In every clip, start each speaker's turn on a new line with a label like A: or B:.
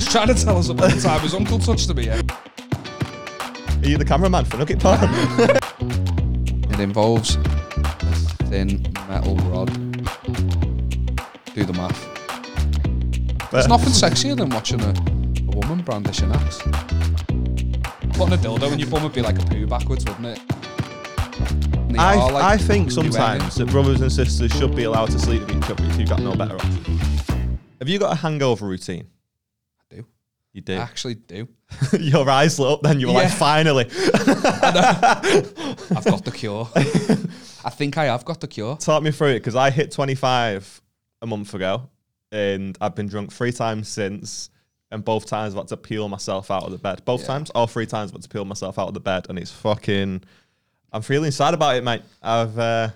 A: trying to tell us about the time his uncle touched him here.
B: Are you the cameraman for Nugget Farm?
A: It involves a thin metal rod. Do the math. There's nothing sexier than watching a, a woman brandish an axe. Putting a dildo in your bum would be like a poo backwards, wouldn't it? And they
B: I,
A: are, like,
B: I think
A: you wearing
B: sometimes that brothers and sisters should be allowed to sleep with each other if you've got no better option. Have you got a hangover routine?
A: I do.
B: You
A: I
B: do.
A: actually do.
B: Your eyes lit up then. You were like,
A: Ah. Yeah.
B: finally.
A: I've got the cure. I think I have got the cure.
B: Talk me through it because I hit 25 a month ago and I've been drunk three times since. And both times I've had to peel myself out of the bed. Both
A: Yeah.
B: times? All three times I've had to peel myself out of the bed. And it's fucking. I'm feeling sad about it, mate. I've. Uh,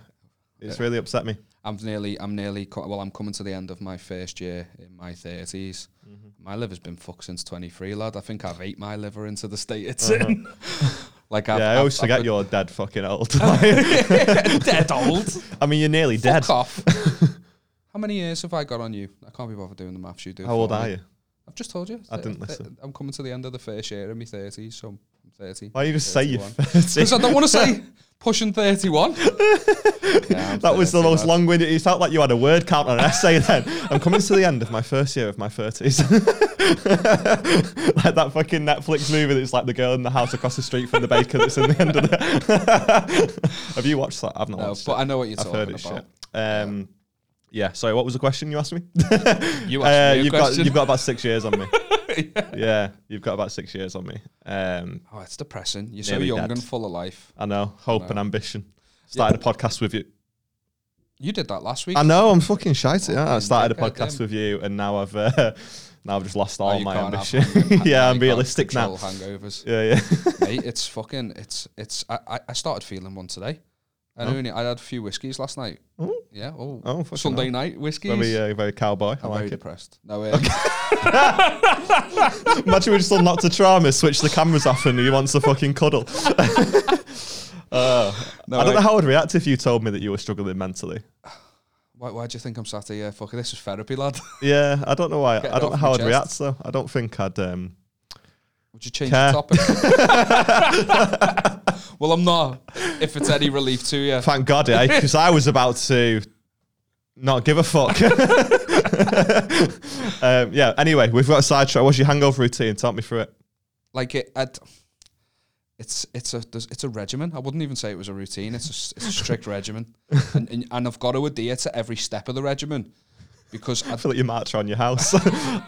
B: it's really upset me.
A: I'm nearly, I'm nearly, co- well, I'm coming to the end of my first year in my 30s.
B: Mm-hmm.
A: My liver's been fucked since 23, lad. I think I've ate my liver into the state it's in. like, I've,
B: Uh-huh. Yeah, I
A: I've,
B: always
A: I've
B: forget
A: been-
B: you're dead fucking old.
A: dead old.
B: I mean, you're nearly dead.
A: Fuck off. How many years have I got on you? I can't be bothered doing the maths. You do. it
B: How
A: for
B: old
A: me.
B: are you?
A: I've just told you.
B: I didn't
A: Th- th-
B: listen.
A: I'm coming to the end of the first year in my thirties, so I'm thirty.
B: Why don't you just say you're
A: 31.
B: 30?
A: Because I don't want to say pushing thirty-one. Yeah, I'm
B: That was the
A: 30,
B: most
A: lad.
B: long winded. It felt like you had a word count on an essay then. I'm coming to the end of my first year of my 30s. like that fucking Netflix movie that's like the girl in the house across the street from the baker that's in the end of the. Have you watched that? I've not
A: No,
B: watched
A: but
B: it.
A: I know what you're
B: I've
A: talking
B: heard
A: about.
B: it's shit. Um, yeah, sorry, what was the question you asked me?
A: You
B: Uh,
A: asked me a
B: you've, got,
A: question.
B: you've got about six years on me. yeah, you've got about six years on me. Um,
A: oh, it's depressing. You're so
B: Nearly
A: young
B: dead.
A: and full of life.
B: I know. Hope and ambition. Started a podcast with you.
A: You did that last week.
B: I know. I'm fucking shite. Yeah. I
A: Fucking
B: started a
A: dickhead,
B: podcast
A: them.
B: with you, and now I've uh, now I've just lost all
A: Oh, you
B: Oh, my
A: can't have
B: ambition.
A: hangover-
B: yeah,
A: you
B: I'm
A: can't
B: realistic now.
A: control Hangovers.
B: Yeah, yeah.
A: mate. It's fucking. It's it's. I, I- I started feeling one today. I only I had a few whiskeys last night.
B: Ooh.
A: Yeah. Oh.
B: Oh, fucking
A: Sunday
B: hell.
A: night whiskeys.
B: very uh, very cowboy. I
A: I'm very
B: like it.
A: depressed. No. Um,
B: Imagine we just unlocked a trauma, switch the cameras off, and he wants to fucking cuddle. Uh,
A: No,
B: I don't
A: I-
B: know how I'd react if you told me that you were struggling mentally.
A: Why, why do you think I'm sat here? Fuck, this is therapy, lad.
B: Yeah, I don't know why.
A: Get it
B: I
A: off
B: don't know how
A: my
B: I'd
A: chest.
B: react though. I don't think I'd. Um,
A: Would you change
B: Care.
A: the topic? well, I'm not. If it's any relief to you,
B: Thank God, eh? Because I was about to not give a fuck. um, yeah. Anyway, we've got a sidetrack. What's your hangover routine? Talk me through it.
A: like it, I'd, it's it's a there's- it's a regimen. I wouldn't even say it was a routine. It's a, s- it's a strict regimen, and, and and I've got to adhere to every step of the regimen because I,
B: I feel like you march on your house.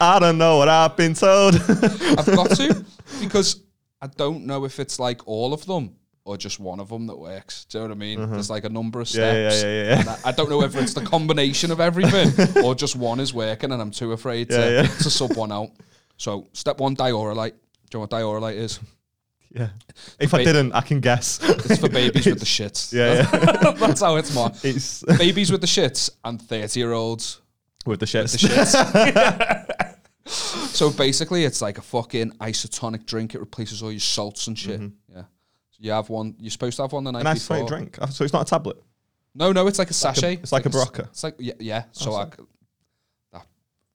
B: I don't know what I've been told.
A: I've got to because I don't know if it's like all of them or just one of them that works. Do you know what I mean? There's like a number of
B: Mm-hmm. Yeah,
A: steps.
B: yeah, yeah, yeah, yeah.
A: And I, I don't know whether it's the combination of everything or just one is working and I'm too afraid to,
B: Yeah, yeah.
A: to sub one out. So step one, diorolite. Do you know what diorolite is?
B: yeah. If I
A: Ba-
B: didn't, I can guess.
A: It's for babies with the shits.
B: Yeah, yeah.
A: That's how it's more.
B: It's
A: Babies with the shits and 30 year olds
B: with the
A: the
B: shits.
A: shits. so basically, it's like a fucking isotonic drink. It replaces all your salts and shit. Yeah. So you have one. You're supposed to have one the night
B: Mm-hmm. A nice
A: before.
B: straight drink. Oh, So it's not a tablet.
A: No, no, it's like a
B: like a-
A: sachet.
B: it's like a
A: s-
B: Barocca. Oh,
A: It's like yeah, yeah. So I c- that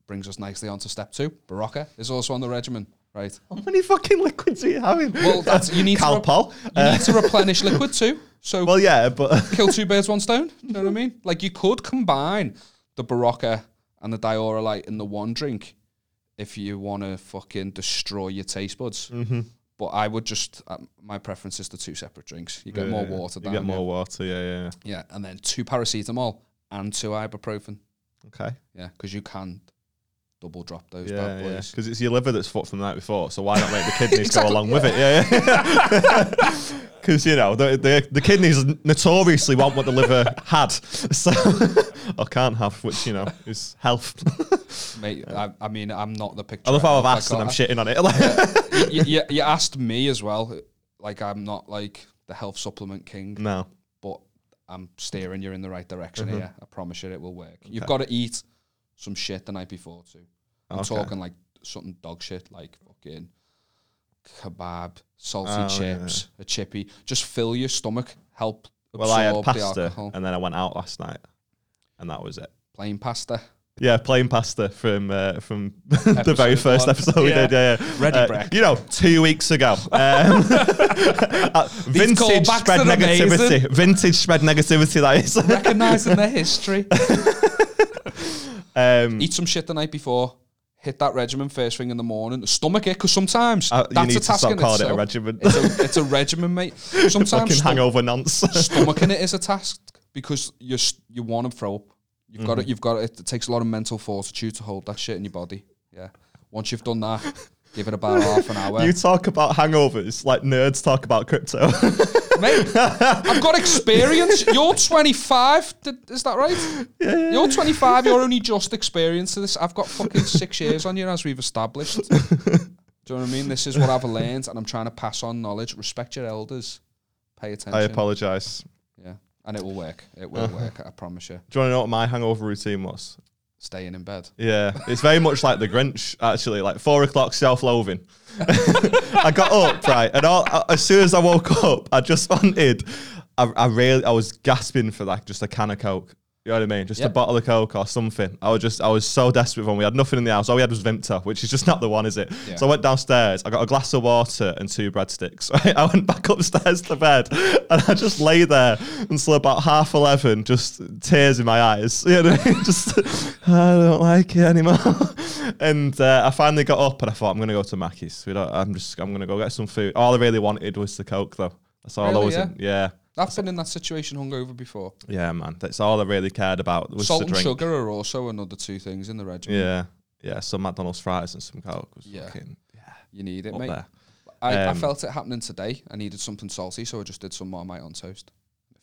A: brings us nicely on to step two. Barocca is also on the regimen, right?
B: How many fucking liquids are you having?
A: Well, that's you need to re-
B: Calpol.
A: you
B: Uh,
A: need to replenish liquid too. So
B: well, yeah, but
A: kill two birds, one stone. You know what I mean? Like you could combine the Barocca and the Diorolite in the one drink if you want to fucking destroy your taste buds. Mm-hmm. But I would just um, my preference is the two separate drinks. You get more
B: Yeah,
A: water.
B: You
A: Down
B: get
A: yeah.
B: more water. Yeah, yeah. yeah.
A: Yeah, and then two paracetamol and two ibuprofen.
B: Okay.
A: Yeah, because you can double drop those
B: Yeah,
A: bad
B: yeah.
A: boys.
B: Because it's your liver that's fucked from the night before, so why not make the kidneys
A: Exactly,
B: go along with it? Yeah, yeah. Because you know the, the the kidneys notoriously want what the liver had, so or can't have, which you know is health.
A: Mate, I, I mean, I'm not the picture.
B: I love how I've
A: of, like,
B: asked and I'm
A: I-
B: shitting on it. Like,
A: you, you, you asked me as well. Like, I'm not like the health supplement king.
B: no,
A: but I'm steering you in the right direction
B: Mm-hmm.
A: here. I promise you it will work. You've got to eat some shit the night before too. I'm
B: Okay.
A: talking like something dog shit, like fucking kebab, salty
B: Oh,
A: chips, a chippy. Just fill your stomach, help absorb
B: well I had
A: the
B: pasta
A: alcohol.
B: and then I went out last night, and that was it.
A: Plain pasta.
B: Yeah, plain pasta from uh, from the very
A: Episode
B: first
A: one.
B: episode we
A: Yeah.
B: did. Yeah, yeah.
A: Ready
B: Uh,
A: Breck.
B: You know, two weeks ago. Um, uh, vintage
A: callbacks
B: spread
A: are
B: negativity.
A: amazing.
B: Vintage spread negativity. That is.
A: Recognising their history.
B: Um,
A: Eat some shit the night before. Hit that regimen first thing in the morning. Stomach it, because sometimes
B: uh, you
A: that's
B: need
A: a
B: to
A: task
B: stop
A: in
B: calling it a
A: itself.
B: regiment.
A: it's, a, it's a regimen, mate. Sometimes
B: Fucking
A: stom-
B: hangover nonce.
A: stomaching it is a task because you s- you want to throw up. You've got
B: Mm-hmm.
A: it. You've got it. It takes a lot of mental fortitude to hold that shit in your body. Yeah. Once you've done that, give it about half an hour.
B: You talk about hangovers like nerds talk about crypto.
A: Mate, I've got experience. You're 25. Th- Is that right? You're 25. You're only just experienced this. I've got fucking six years on you, as we've established. Do you know what I mean? This is what I've learned, and I'm trying to pass on knowledge. Respect your elders. Pay attention.
B: I apologise.
A: Yeah, and it will work. It will
B: Uh-huh.
A: work. I promise you.
B: Do you want to know what my hangover routine was?
A: Staying in bed.
B: Yeah, it's very much like the Grinch, actually. Like four o'clock, self-loathing. I got up right, and all, uh, as soon as I woke up, I just wanted. I, I really, I was gasping for like just a can of Coke. You know what I mean? Just a
A: Yep.
B: bottle of Coke or something. I was just, I was so desperate when we had nothing in the house. All we had was Vimto, which is just not the one, is it?
A: Yeah.
B: So I went downstairs. I got a glass of water and two breadsticks. Right? I went back upstairs to bed, and I just lay there until about half eleven, just tears in my eyes. You know, what I mean? just I don't like it anymore. And uh, I finally got up, and I thought I'm gonna go to Mackey's. We don't, I'm just, I'm gonna go get some food. All I really wanted was the Coke, though. That's all I
A: Really,
B: was.
A: yeah?
B: In. yeah.
A: I've been in that situation hungover before.
B: Yeah, man. That's all I really cared about was
A: Salt
B: the
A: and
B: drink.
A: sugar are also another two things in the regimen.
B: Yeah, yeah. Some McDonald's fries and some Coke was
A: Yeah.
B: fucking
A: You need it,
B: up
A: mate.
B: there.
A: I, I
B: Um,
A: felt it happening today. I needed something salty, so I just did some Marmite on toast.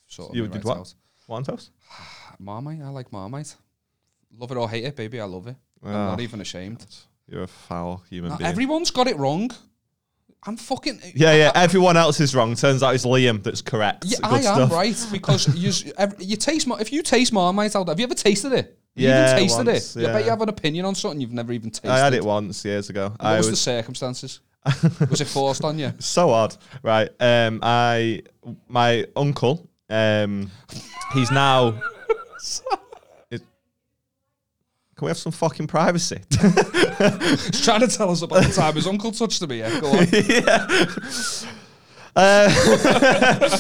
A: Sort
B: You
A: me
B: did what?
A: out.
B: What on toast?
A: Marmite. I like Marmite. Love it or hate it, baby. I love it. I'm
B: Ah.
A: not even ashamed.
B: You're a foul human
A: Now,
B: being.
A: everyone's got it wrong. I'm fucking.
B: yeah, yeah. Everyone else is wrong. Turns out it's Liam that's correct.
A: Yeah,
B: Good
A: I am
B: stuff.
A: right because you, every, you taste Mar- if you taste Marmite out, have you ever tasted it? Have
B: Yeah,
A: you even tasted
B: once,
A: it. I bet
B: yeah.
A: you have an opinion on something you've never even tasted.
B: I had it once years ago.
A: What
B: I
A: was,
B: was
A: the circumstances? was it forced on you?
B: so odd, right? Um, I my uncle, um, he's now. It- Can we have some fucking privacy?
A: He's trying to tell us about the time his uncle touched him. Yeah, go on.
B: Uh,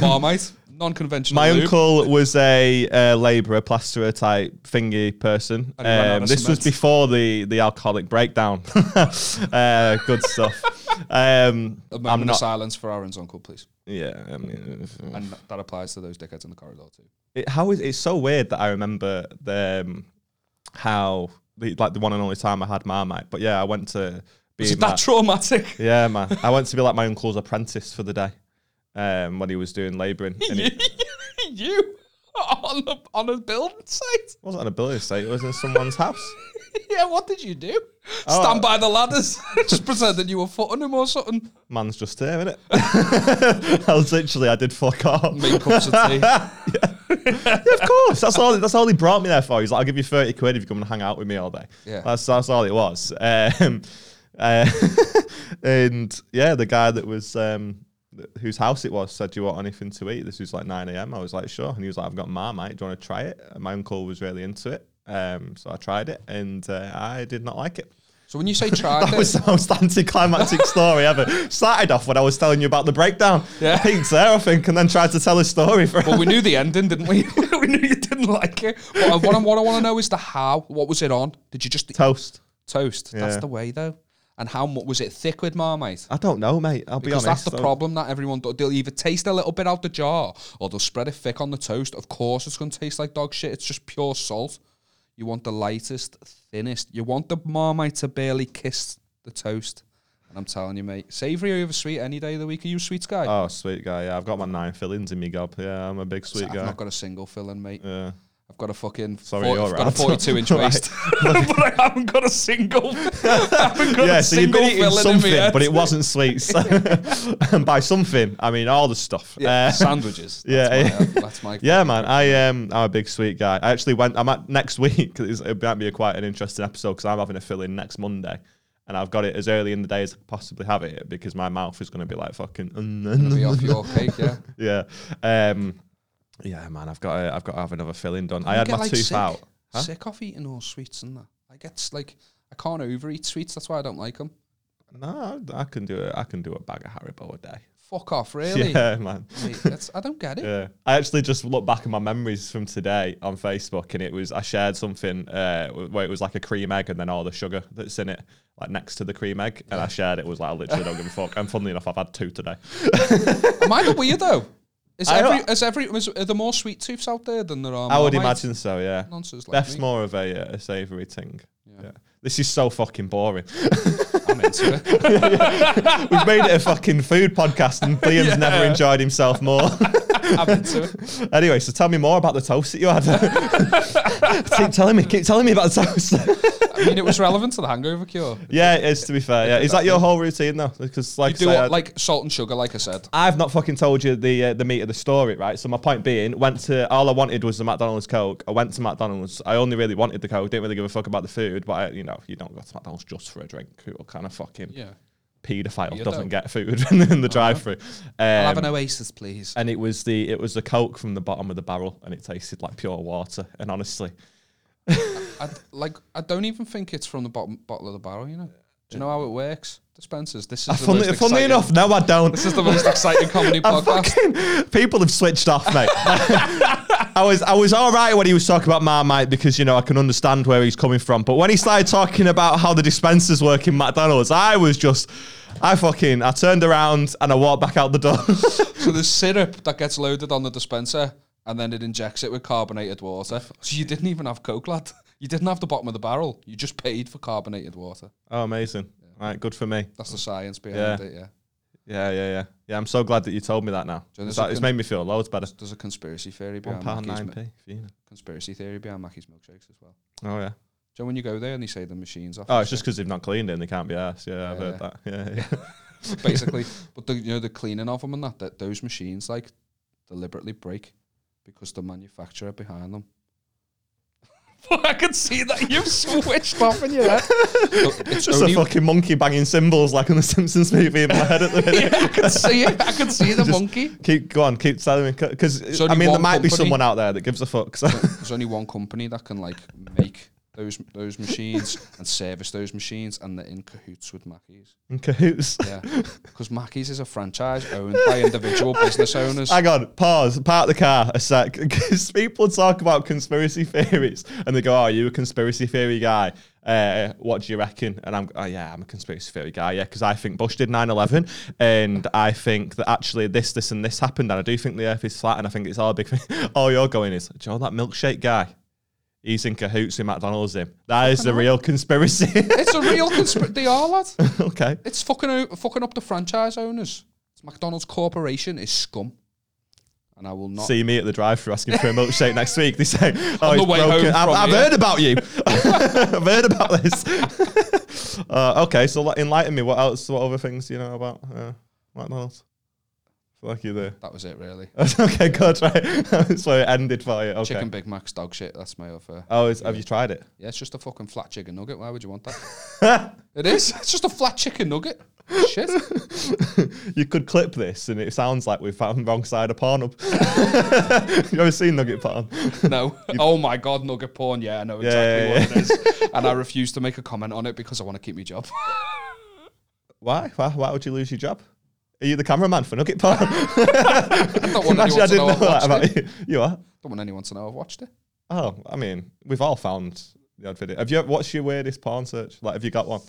A: Marmite, non-conventional.
B: My
A: lube.
B: uncle was a uh, labourer, plasterer type thingy person.
A: And he ran out
B: Um,
A: of
B: this was
A: cement.
B: before the the alcoholic breakdown. uh, good stuff. Um,
A: A moment
B: I'm
A: of
B: not.
A: silence for Aaron's uncle, please.
B: Yeah. I mean, uh,
A: And that applies to those dickheads in the corridor too.
B: it, how is it's so weird that I remember the, um, how the, like the one and only time I had Marmite. But yeah, I went to be
A: Is it
B: my-
A: that traumatic?
B: Yeah, man. I went to be like my uncle's apprentice for the day um, when he was doing labouring. And he
A: you on the on a building site?
B: wasn't on a building site, it was in someone's house.
A: Yeah, what did you do?
B: Oh,
A: Stand
B: I-
A: by the ladders, just pretend that you were footing him or something.
B: Man's just here, innit? I was literally, I did fuck off.
A: Make cups of tea.
B: Of course, that's all. That's all he brought me there for. He's like, "I'll give you thirty quid if you come and hang out with me all day."
A: Yeah.
B: that's that's all it was. Um, uh, and yeah, the guy that was um, th- whose house it was said, "Do you want anything to eat?" This was like nine a.m. I was like, "Sure," and he was like, "I've got Marmite. Do you want to try it?" And my uncle was really into it, um, so I tried it, and uh, I did not like it.
A: So when you say tried
B: That was
A: it,
B: the most anticlimactic story ever. Started off when I was telling you about the breakdown.
A: Yeah.
B: Peaked there, I think, and then tried to tell a story for
A: well, we knew the ending, didn't we? we knew you didn't like it. But what I, what I want to know is the how. What was it on? Did you just eat
B: toast.
A: toast? That's
B: Yeah.
A: the way though. And how much was it thick with Marmite?
B: I don't know, mate. I'll be
A: Because
B: honest.
A: that's the
B: I-
A: problem that everyone do- they'll either taste a little bit out the jar or they'll spread it thick on the toast. Of course, it's going to taste like dog shit. It's just pure salt. You want the lightest, thinnest. You want the marmite to barely kiss the toast. And I'm telling you, mate, savoury over sweet any day of the week. Are you a sweets guy?
B: Oh, sweet guy. Yeah, I've got my nine fillings in me gob. Yeah, I'm a big sweet
A: I've
B: guy.
A: not got a single filling, mate.
B: Yeah.
A: I've got a fucking
B: Sorry,
A: 40
B: you're
A: I've got a
B: out.
A: 42 inch waist, but I haven't got a single. I haven't got
B: Yeah,
A: a
B: so you've
A: single
B: been eating
A: filling in me
B: something,
A: yet.
B: but it wasn't sweets. and by something, I mean all the stuff.
A: yeah,
B: Uh,
A: sandwiches.
B: yeah,
A: that's my, uh, that's my
B: yeah, man. I am. I'm a big sweet guy. I actually went. I'm at next week. 'cause it's- It might be a quite an interesting episode because I'm having a fill in next Monday, and I've got it as early in the day as I could possibly have it
A: Mm-hmm.
B: because my mouth is going to be like fucking.
A: be off your cake. Yeah,
B: yeah. Um, Yeah, man, I've got to, I've got to have another filling done. I had
A: get,
B: my
A: like,
B: tooth
A: sick.
B: out. Huh?
A: Sick off eating all sweets and that. I get s- like I can't overeat sweets. That's why I don't like them.
B: No, I I can do it. I can do a bag of Haribo a day.
A: Fuck off, really.
B: Yeah, man.
A: Mate, that's, I don't get it.
B: Yeah. I actually just looked back at my memories from today on Facebook, and it was I shared something uh, where it was like a cream egg, and then all the sugar that's in it, like next to the cream egg, and I shared it was like I literally don't give a fuck. And funnily enough, I've had two today.
A: Am I the weirdo? Is
B: I don't-
A: every is every is, are there more sweet tooths out there than there are?
B: I would
A: Marmite?
B: imagine so. Yeah.
A: Nonsense like
B: That's
A: me.
B: more of a, uh, a savoury thing.
A: Yeah.
B: Yeah. This is so fucking boring.
A: I'm into it.
B: We've made it a fucking food podcast, and Liam's never enjoyed himself more.
A: I'm into it.
B: anyway, so tell me more about the toast that you had. keep telling me, keep telling me about the toast.
A: I mean, it was relevant to the hangover cure.
B: yeah, it is to be fair. Yeah, is that your whole routine though? Because like,
A: You do
B: I say,
A: what,
B: I-
A: like salt and sugar, like I said.
B: I've not fucking told you the uh, the meat of the story, right? So my point being, went to all I wanted was the McDonald's Coke. I went to McDonald's. I only really wanted the Coke. Didn't really give a fuck about the food. But I, you know, you don't go to McDonald's just for a drink. What kind of fucking
A: Yeah.
B: paedophile
A: You
B: doesn't
A: don't. Oh,
B: get food in the, drive-through?
A: I'll have
B: Um,
A: an oasis, please.
B: and it was the it was the Coke from the bottom of the barrel, and it tasted like pure water. And honestly,
A: I, like I don't even think it's from the bottom bottle of the barrel. You know. Do you know how it works? Dispensers. This is the
B: Ah, Funnily,
A: most
B: funnily
A: exciting-
B: enough, Ah, no, I don't.
A: This is the most exciting comedy
B: I
A: podcast.
B: fucking, people have switched off, mate. I was I was all right when he was talking about Marmite because you know I can understand where he's coming from, but when he started talking about how the dispensers work in McDonald's, I was just, I fucking, I turned around and I walked back out the door.
A: So there's syrup that gets loaded on the dispenser, and then it injects it with carbonated water. So you didn't even have Coke, lad. You didn't have the bottom of the barrel. You just paid for carbonated water.
B: oh, amazing! All right, good for me.
A: That's the science behind
B: Yeah.
A: it. Yeah.
B: Yeah, yeah, yeah, yeah. I'm so glad that you told me that now.
A: Jonas,
B: It's like-
A: I
B: it's
A: can-
B: made me feel loads better.
A: There's a conspiracy theory
B: One
A: behind
B: pound
A: Mackey's
B: nine
A: mi-
B: p. Fina.
A: conspiracy theory behind Mackey's milkshakes as well.
B: Oh yeah.
A: So when you go there and they say the machines off,
B: Oh, it's just because they've not cleaned it and they can't be asked. Yeah, I've
A: Yeah.
B: heard that. Yeah, yeah.
A: basically. But the, you know the cleaning of them and that, that those machines like deliberately break because the manufacturer behind them. I can see that you've switched off in your head. It's
B: Just
A: only
B: a fucking monkey banging cymbals like in the Simpsons movie in my head at the minute.
A: I could see it. I could see the
B: Just-
A: monkey.
B: Keep go on, keep telling me because
A: It's
B: I
A: only
B: mean there
A: one
B: might be
A: company.
B: someone out there that gives a fuck. So.
A: There's only one company that can like make those those machines and service those machines, and they're in cahoots with Mackey's.
B: In cahoots.
A: Yeah, because Mackey's is a franchise owned by individual business owners.
B: Hang on, pause, park the car a sec. Because people talk about conspiracy theories and they go, "Oh, you a conspiracy theory guy? Uh, what do you reckon?" And I'm, "Oh yeah, I'm a conspiracy theory guy. Yeah, because I think Bush did 9/11, and I think that actually this, this, and this happened, and I do think the Earth is flat, and I think it's all a big thing." All you're going is, "Do you know that milkshake guy? He's in cahoots with McDonald's. Him. That is the real conspiracy."
A: It's a real conspiracy. They are, lad.
B: okay.
A: It's fucking o- fucking up the franchise owners. It's McDonald's Corporation is scum, and I will not.
B: see me at the drive-through asking for a milkshake next week. They say, "Oh,
A: On the
B: he's
A: way
B: broken.
A: home
B: I've,
A: from
B: I've
A: here."
B: heard about you. I've heard about this." uh, okay, so like, enlighten me. What else? What other things do you know about uh, McDonald's? Fuck you there.
A: That was it, really.
B: okay, good. Right, that's where it ended for you. Okay.
A: Chicken Big Mac's dog shit. That's my offer.
B: Oh, is, have you tried it?
A: Yeah, it's just a fucking flat chicken nugget. Why would you want that? it is. It's just a flat chicken nugget. Shit.
B: You could clip this, and it sounds like we found the wrong side of Pornhub. you ever seen Nugget Porn?
A: No. oh my god, nugget porn. Yeah, I know
B: Yeah,
A: exactly
B: yeah,
A: what it is. And I refuse to make a comment on it because I want to keep my job.
B: Why? Why? Why would you lose your job? Are you the cameraman for Nugget Porn?
A: I don't want
B: Imagine I
A: anyone to
B: didn't
A: know
B: know
A: I've watched
B: that
A: it.
B: about you. You are.
A: Don't want anyone to know I've watched it.
B: Oh, I mean, we've all found the odd video. Have you? What's your weirdest porn search? Like, have you got one?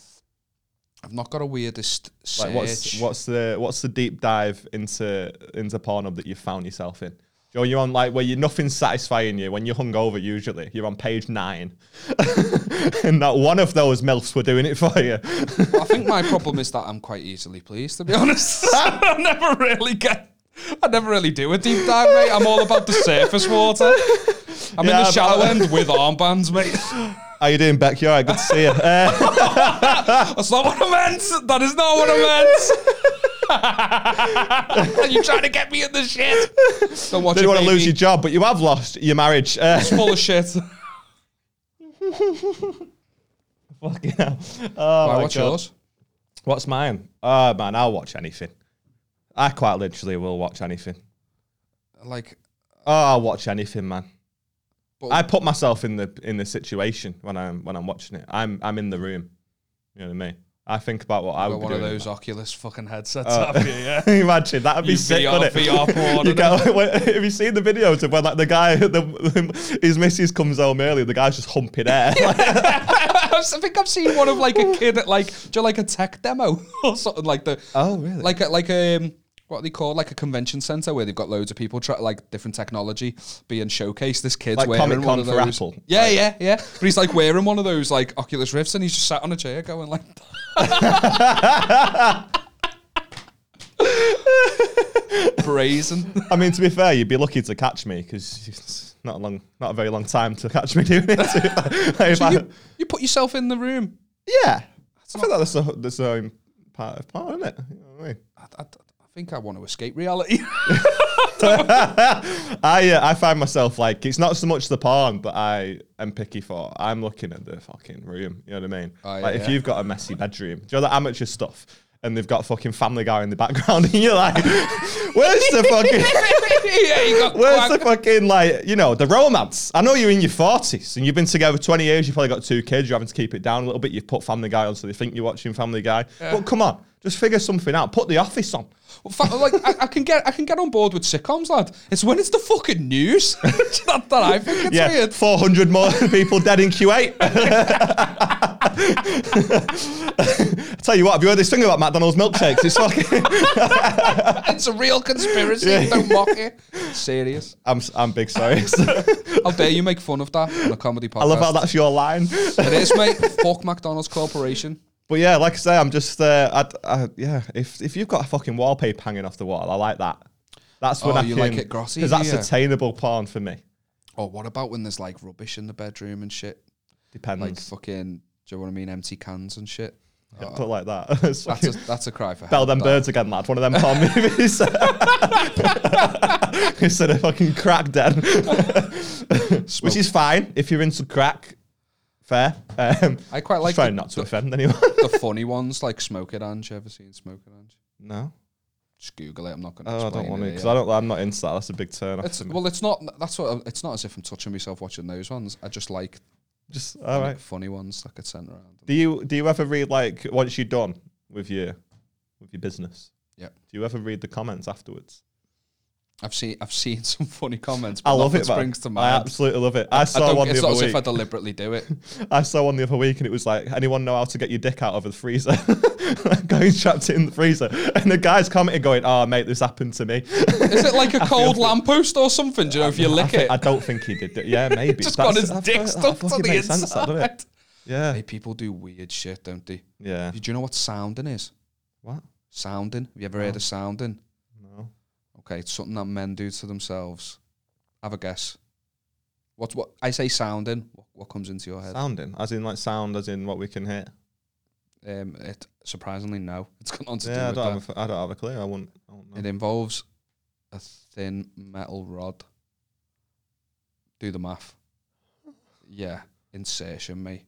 A: I've not got a weirdest search.
B: Like, what's what's the what's the deep dive into into Pornhub that you found yourself in? Joe, you're on like where you nothing's satisfying you when you're hungover. Usually, you're on page nine, and not one of those milfs were doing it for you.
A: I think my problem is that I'm quite easily pleased, to be honest. I never really get. I never really do a deep dive, mate. I'm all about the surface water. I'm
B: Yeah,
A: in
B: but-
A: the shallow end with armbands, mate.
B: How you doing, Beck? You all right? Good to see you. Uh,
A: That's not what I meant. That is not what I meant. Are you trying to get me in the shit? Don't watch
B: didn't
A: it,
B: want to
A: baby.
B: lose your job, but you have lost your marriage. Uh,
A: It's full of shit.
B: fucking hell. Oh,
A: Why,
B: my
A: what's
B: God.
A: yours?
B: What's mine? Oh man, I'll watch anything. I quite literally will watch anything.
A: Like,
B: Oh, I'll watch anything, man.
A: But-
B: I put myself in the in the situation when I'm when I'm watching it. I'm I'm in the room. You know what I mean? I think about what I
A: Got
B: would
A: one
B: be
A: of
B: doing.
A: those Oculus fucking headsets.
B: Uh,
A: up here, yeah.
B: Imagine that'd be
A: You
B: sick,
A: VR
B: wouldn't it?
A: VR porn,
B: you
A: innit?
B: get, when, have you seen the videos of when like the guy, the, his missus comes home early, the guy's just humping air. Like,
A: I think I've seen one of like a kid at like do you like a tech demo or something like the
B: Oh, really?
A: like a, like um what are they called like a convention center where they've got loads of people try like different technology being showcased. This kid's
B: Like
A: wearing
B: Comic-Con
A: one of
B: for
A: those.
B: Apple.
A: Yeah, yeah, yeah. But he's like wearing one of those like Oculus Rifts and he's just sat on a chair going like. Brazen.
B: I mean, to be fair, you'd be lucky to catch me because it's not a long, not a very long time to catch me doing it. If I-
A: So you, you put yourself in the room.
B: yeah, I think that's the that's the own part of part, isn't it? You know what I mean?
A: I, I- I think I want to escape reality.
B: I uh, I find myself like it's not so much the porn that I am picky for. I'm looking at the fucking room. You know what I mean?
A: Oh, yeah,
B: like if
A: yeah.
B: you've got a messy bedroom, do you know the amateur stuff? And they've got fucking Family Guy in the background, and you're like, where's the fucking?
A: yeah, you got
B: Where's
A: quack.
B: the fucking like you know the romance? I know you're in your forties and you've been together twenty years. You've probably got two kids. You're having to keep it down a little bit. You've put Family Guy on, so they think you're watching Family Guy. But come on, just figure something out. Put The Office on.
A: Well, fa- like I, I can get I can get on board with sitcoms, lad. It's when it's the fucking news that, that I think it's
B: yeah,
A: weird.
B: 400 more people dead in Kuwait. I tell you what, have you heard this thing about McDonald's milkshakes? It's fucking.
A: It's a real conspiracy. Don't mock it. Serious.
B: I'm, s- I'm big sorry.
A: How dare you make fun of that on a comedy podcast?
B: I love how that's your line.
A: it is, mate. Fuck McDonald's Corporation.
B: But yeah, like I say, I'm just. Uh, I'd, I, yeah, if if you've got a fucking wallpaper hanging off the wall, I like that. That's when
A: Oh,
B: I
A: you
B: can,
A: like it glossy,
B: because that's
A: yeah.
B: attainable porn for me.
A: Or Oh, what about when there's like rubbish in the bedroom and shit,
B: Depends.
A: like fucking, do you know what I mean, empty cans and shit.
B: Yeah, Put it like that. It's
A: That's
B: fucking-
A: a, that's a cry for
B: Bell
A: help.
B: them
A: that.
B: birds again, lad. One of them porn movies. Instead of fucking crack den. Which is fine if you're into crack. Fair. Um,
A: I quite like
B: just trying
A: the-
B: not to
A: the-
B: offend anyone.
A: The funny ones like Smoke It Ange. Ever seen Smoke It Ange?
B: no.
A: Just Google it. I'm not going to.
B: Oh, I
A: explain
B: don't want
A: it
B: to
A: here.
B: because I don't. I'm not into that. That's a big turn. Off
A: It's
B: to me.
A: well, it's not. That's what. It's not as if I'm touching myself watching those ones. I just like
B: Just all right.
A: funny ones that get sent around.
B: Do you do you ever read like once you're done with your with your business?
A: Yeah.
B: Do you ever read the comments afterwards?
A: I've seen. I've seen some funny comments. But
B: I love
A: nothing
B: it. Man.
A: Springs to
B: I
A: mind.
B: absolutely love it. I
A: I
B: saw
A: don't,
B: one the
A: it's
B: other
A: not as
B: week.
A: if I deliberately do it.
B: I saw one the other week and it was like, anyone know how to get your dick out of the freezer? going trapped it in the freezer. And the guy's commenting going, oh, mate, this happened to me.
A: Is it like a cold lamppost or something? Do you know if you lick it?
B: I don't think he did it. Yeah, maybe.
A: Just got his
B: that-
A: dick
B: that
A: stuck to
B: fucking
A: the
B: makes sense, that, doesn't it?
A: inside.
B: Yeah.
A: Hey, people do weird shit, don't they?
B: Yeah.
A: Do you know what sounding is?
B: What?
A: Sounding. Have you ever heard of sounding?
B: No.
A: Okay, it's something that men do to themselves. Have a guess. What's what I say? Sounding. What, what comes into your head?
B: Sounding, as in like sound, as in what we can hear.
A: Um, it surprisingly no. It's got nothing to
B: Yeah, I
A: do
B: don't,
A: with
B: have a, I don't have a clue. I wouldn't. I wouldn't
A: that. It
B: know.
A: involves a thin metal rod. Do the math. Yeah, insertion, mate.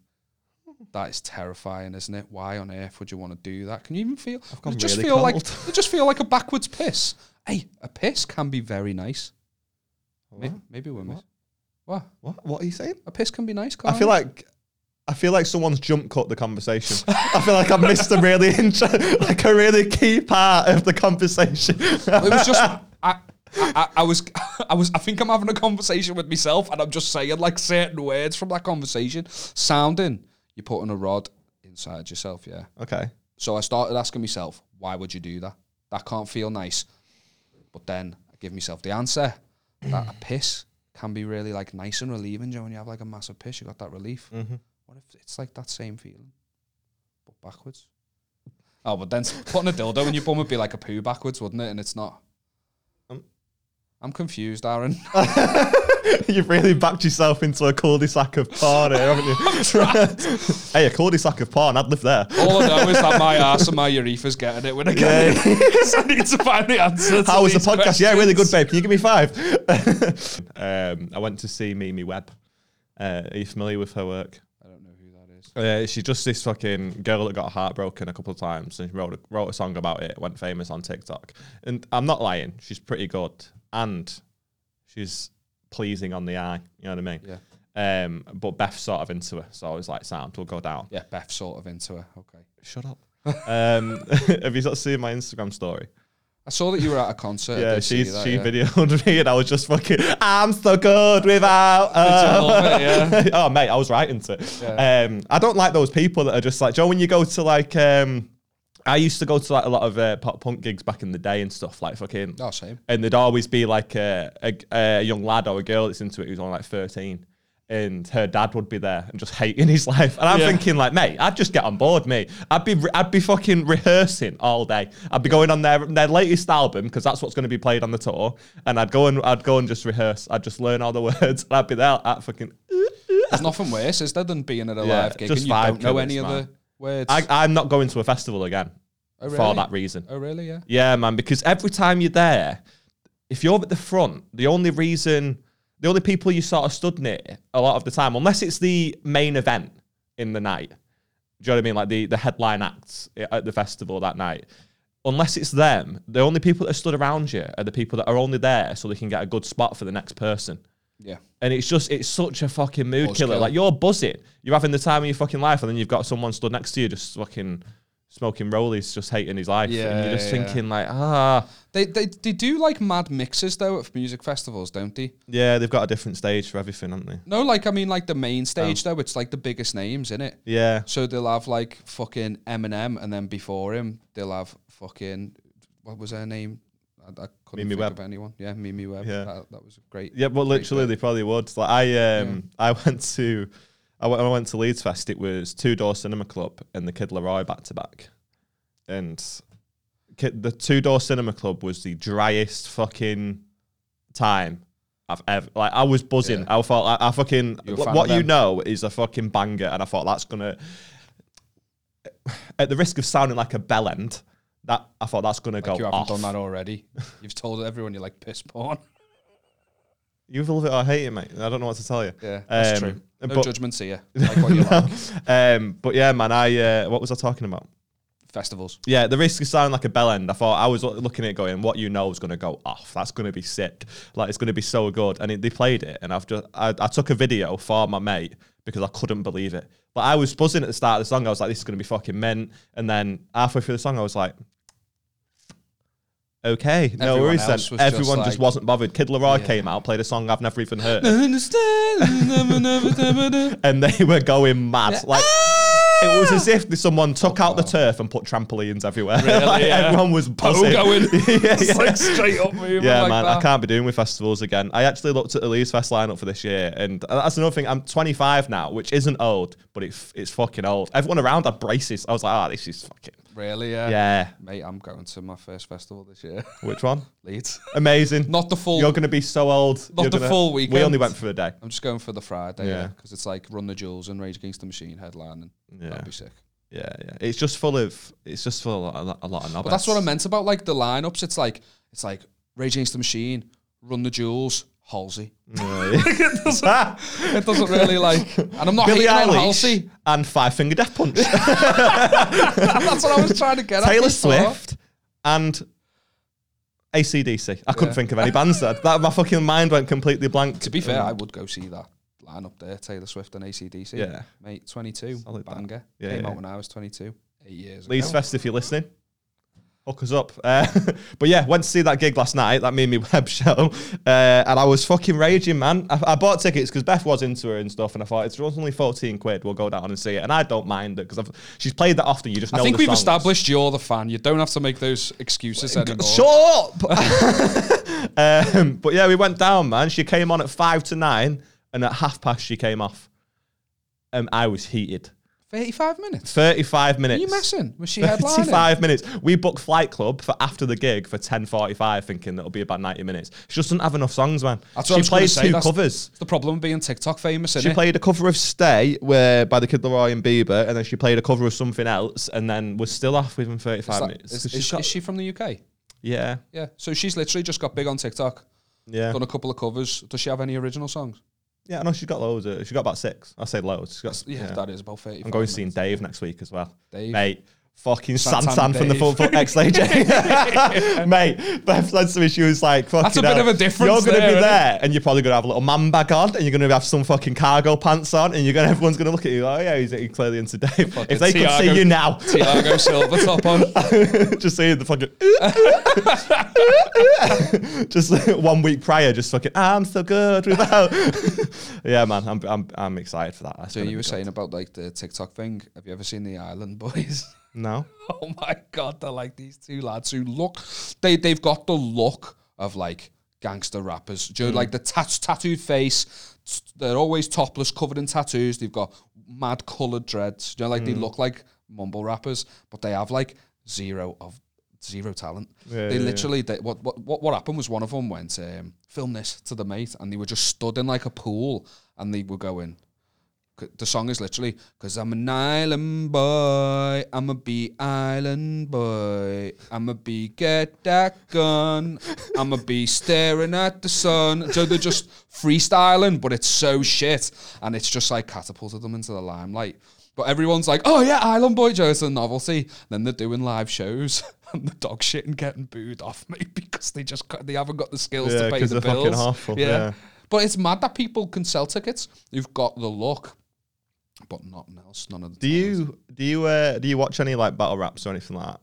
A: That is terrifying, isn't it? Why on earth would you want to do that? Can you even feel?
B: I've
A: You
B: gone
A: just
B: really
A: feel like
B: cold.
A: you just feel like a backwards piss. Hey, a piss can be very nice. May-
B: What?
A: Maybe we're
B: What?
A: mis- What?
B: What? What are you saying?
A: A piss can be nice. Can't
B: I feel
A: it?
B: like I feel like someone's jump cut the conversation. I feel like I missed a really inter- like a really key part of the conversation.
A: It was just I, I, I, I was I was I think I'm having a conversation with myself and I'm just saying like certain words from that conversation. Sounding, you're putting a rod inside yourself, yeah.
B: okay.
A: So I started asking myself, why would you do that? That can't feel nice. But then I give myself the answer that a piss can be really like nice and relieving. You know, when you have like a massive piss, you got that relief.
B: Mm-hmm.
A: What if it's like that same feeling, but backwards? Oh, but then s- putting a dildo in your bum would be like a poo backwards, wouldn't it? And it's not.
B: Um.
A: I'm confused, Aaron.
B: You've really backed yourself into a cul-de-sac of porn, here, haven't you? hey, a cul-de-sac of porn. I'd live there.
A: All I know is that my ass and my urethra's getting it when I get
B: Yeah.
A: it. so I need to find the answer. to
B: How was the
A: these
B: podcast? Yeah, really
A: questions.
B: good, babe. Can you give me five? um, I went to see Mimi Webb. Uh, are you familiar with her work?
A: I don't know who that is.
B: Uh, she's just this fucking girl that got heartbroken a couple of times and she wrote a, wrote a song about it, went famous on TikTok. And I'm not lying, she's pretty good. And she's pleasing on the eye. You know what I mean?
A: Yeah.
B: Um, but Beth's sort of into her, so I was like, "Sound, we'll go down."
A: Yeah, Beth sort of into her. Okay.
B: Shut up. um, have you sort of seen my Instagram story?
A: I saw that you were at a concert. I
B: yeah,
A: did see
B: she's
A: that,
B: she
A: yeah.
B: videoed me, and I was just fucking. I'm so good without. her."
A: love it, yeah.
B: oh mate, I was right into it.
A: Yeah.
B: Um, I don't like those people that are just like Joe. When you go to like, um, I used to go to like a lot of uh, pop punk gigs back in the day and stuff like fucking.
A: Oh, same.
B: and there'd always be like a, a, a young lad or a girl that's into it who's only like 13 and her dad would be there and just hating his life and i'm
A: Yeah.
B: thinking like mate i'd just get on board me i'd be re- i'd be fucking rehearsing all day i'd be going on their their latest album because that's what's going to be played on the tour and i'd go and i'd go and just rehearse i'd just learn all the words and i'd be there at fucking
A: There's nothing worse, is there, than being at a
B: Yeah,
A: live gig and
B: just
A: you don't
B: vibe
A: know
B: killers,
A: any of
B: man.
A: the words.
B: I, i'm not going to a festival again
A: oh, really?
B: for that reason
A: Oh, really? Yeah.
B: Yeah, man, because every time you're there, if you're at the front, the only reason, the only people you sort of stood near a lot of the time, unless it's the main event in the night, do you know what I mean? Like the, the headline acts i- at the festival that night. Unless it's them, the only people that are stood around you are the people that are only there so they can get a good spot for the next person.
A: Yeah.
B: And it's just, it's such a fucking mood
A: Buzz
B: killer.
A: killer.
B: Like you're buzzing, you're having the time of your fucking life, and then you've got someone stood next to you just fucking smoking rollies, just hating his life. and
A: Yeah,
B: you're just
A: yeah.
B: thinking, like, ah.
A: They, they they do like mad mixes though at music festivals, don't they?
B: Yeah, they've got a different stage for everything, haven't they?
A: No, like I mean, like the main stage
B: Oh.
A: though, it's like the biggest names in it.
B: Yeah.
A: So they'll have like fucking Eminem, and then before him they'll have fucking what was her name? I, I couldn't
B: Mimi
A: think
B: Webb.
A: of anyone. Yeah, Mimi Webb.
B: Yeah.
A: that, that was a great.
B: Yeah, but literally they probably would. Like I um I went to I went, I went to Leeds Fest, it was two door cinema club and the Kid Leroy back to back. And Kid, the two door cinema club was the driest fucking time I've ever like I was buzzing. I thought I, I fucking
A: You're a
B: wh-
A: fan
B: what
A: of
B: you
A: them.
B: know is a fucking banger and I thought that's gonna at the risk of sounding like a bell end, that I thought that's gonna go
A: Like you haven't
B: off.
A: done that already. You've told everyone you're like piss porn.
B: You either love it or hate it, mate. I don't know what to tell you.
A: Yeah, that's
B: Um,
A: true. No
B: but-
A: judgments here. Like what you like.
B: um, but yeah, man, I uh, what was I talking about?
A: Festivals.
B: Yeah, the risk of sounding like a bell end. I thought I was lo- looking at it going, what you know is going to go off. That's going to be sick. Like it's going to be so good. And it, they played it, and I've just I, I took a video for my mate because I couldn't believe it. But I was buzzing at the start of the song. I was like, this is going to be fucking mint. And then halfway through the song, I was like. Okay, no
A: Everyone
B: worries then.
A: else was just
B: Everyone just,
A: like-
B: wasn't bothered. Kid Leroy
A: Yeah.
B: came out, played a song I've never even heard.
A: Understand?
B: and they were going mad. Like it was as if someone took out the turf and put trampolines everywhere. like,
A: yeah.
B: Everyone was buzzing.
A: going.
B: yeah,
A: It's
B: yeah.
A: like straight up moving
B: Yeah,
A: like
B: man,
A: that.
B: I can't be doing with festivals again. I actually looked at the Leeds Fest lineup for this year, and that's another thing. I'm 25 now, which isn't old, but it, f- it's fucking old. Everyone around had braces. I was like, ah, this is fucking.
A: Really? Yeah.
B: Yeah.
A: Mate, I'm going to my first festival this year.
B: Which one?
A: Leeds.
B: Amazing.
A: Not the full.
B: You're going to be so old.
A: Not
B: You're
A: the
B: gonna-
A: full
B: We
A: weekend.
B: only went for a day.
A: I'm just going for the Friday.
B: Yeah.
A: Yeah. Because it's like Run the Jewels and Rage Against the Machine headline, and
B: Yeah.
A: that'd be sick.
B: Yeah, yeah. It's just full of. It's just full of a lot, a lot of knobheads.
A: But that's what I meant about like the lineups. It's like it's like Rage Against the Machine, Run the Jewels, Halsey.
B: it doesn't.
A: It doesn't really like, and I'm not
B: Billy
A: hating on
B: Eilish
A: Halsey.
B: and Five Finger Death Punch.
A: That's what I was trying to get. at
B: Taylor
A: before.
B: Swift and ACDC. I couldn't
A: Yeah.
B: think of any bands that, that my fucking mind went completely blank.
A: To be fair, I would go see that lineup there: Taylor Swift and ACDC.
B: Yeah.
A: Mate, 22,
B: Solid that.
A: banger.
B: Yeah,
A: Came
B: yeah.
A: out when I was 22. Eight years. ago.
B: Leeds Fest, if you're listening, hook us up. Uh, but yeah, went to see that gig last night, that Mimi Web show, uh, and I was fucking raging, man. I, I bought tickets because Beth was into her and stuff, and I thought it's only 14 quid, we'll go down and see it. And I don't mind it because she's played that often, you just know
A: I think
B: the
A: we've
B: songs.
A: established you're the fan. You don't have to make those excuses anymore.
B: Shut up. um, but yeah, we went down, man. She came on at five to nine, and at half past she came off. Um, I was heated.
A: 35 minutes.
B: Thirty-five minutes.
A: Are you messing? Was she headlining?
B: Thirty-five minutes. We booked Flight Club for after the gig for ten forty-five, thinking that'll be about ninety minutes. She just doesn't have enough songs, man.
A: That's what I
B: she
A: was gonna
B: played
A: say,
B: two
A: that's-
B: covers.
A: It's the problem of being TikTok famous,
B: She
A: isn't it?
B: played a cover of "Stay" where by the Kid Laroi and Bieber, and then she played a cover of something else, and then was still off within
A: Is,
B: thirty-five
A: that-
B: minutes.
A: is-
B: 'Cause
A: is
B: she's
A: she,
B: got-
A: is she from the UK?
B: yeah,
A: Yeah. So she's literally just got big on TikTok,
B: yeah.
A: done a couple of covers. Does she have any original songs?
B: Yeah, I know she's got loads. Of, she's got about six. I say loads. She's got,
A: Yeah,
B: yeah.
A: that is about 35.
B: I'm going to
A: minutes.
B: see Dave next week as well,
A: Dave.
B: mate. Fucking
A: Santan
B: Santan from the
A: Dave.
B: football XAJ. Mate, Beth said to me, she was like, fucking
A: That's a bit
B: hell,
A: of a difference
B: You're going
A: there,
B: to be
A: isn't it?"
B: there and you're probably going to have a little man bag on and you're going to have some fucking cargo pants on and you're going to, everyone's going to look at you like, oh yeah, he's he's clearly into Dave. if they could
A: Thiago-
B: see you now,
A: Tiago Silva top on.
B: just saying the fucking just like one week prior, just fucking I'm so good without. yeah, man, I'm, I'm I'm excited for that. That's
A: So
B: gonna be
A: you were
B: good.
A: saying about like the TikTok thing. Have you ever seen the Island Boys?
B: no?
A: oh my god, they're like these two lads who look they they've got the look of like gangster rappers. Do
B: Hmm.
A: you know, like the tat- tattooed face? t- They're always topless, covered in tattoos. They've got mad colored dreads. Do you know, like they
B: Hmm.
A: look like mumble rappers, but they have like zero of zero talent.
B: Yeah,
A: they
B: yeah, yeah.
A: literally they, what, what what what happened was one of them went um, film this to the mate, and they were just stood in like a pool, and they were going. 'Cause The song is literally because I'm an island boy, I'm a bee island boy, I'm a bee get that gun, I'm a bee staring at the sun. So they're just freestyling, but it's so shit, and it's just like catapulted them into the limelight. But everyone's like, "Oh yeah, Island Boy Joe is a novelty." Then they're doing live shows, and the dog shit and getting booed off me because they just cut- they haven't got the skills
B: Yeah,
A: to pay
B: 'cause
A: the
B: they're fucking
A: bills.
B: awful, yeah.
A: But it's mad that people can sell tickets who've got the look, but nothing else. None of the
B: Do you do you uh, do you watch any like battle raps or anything like that?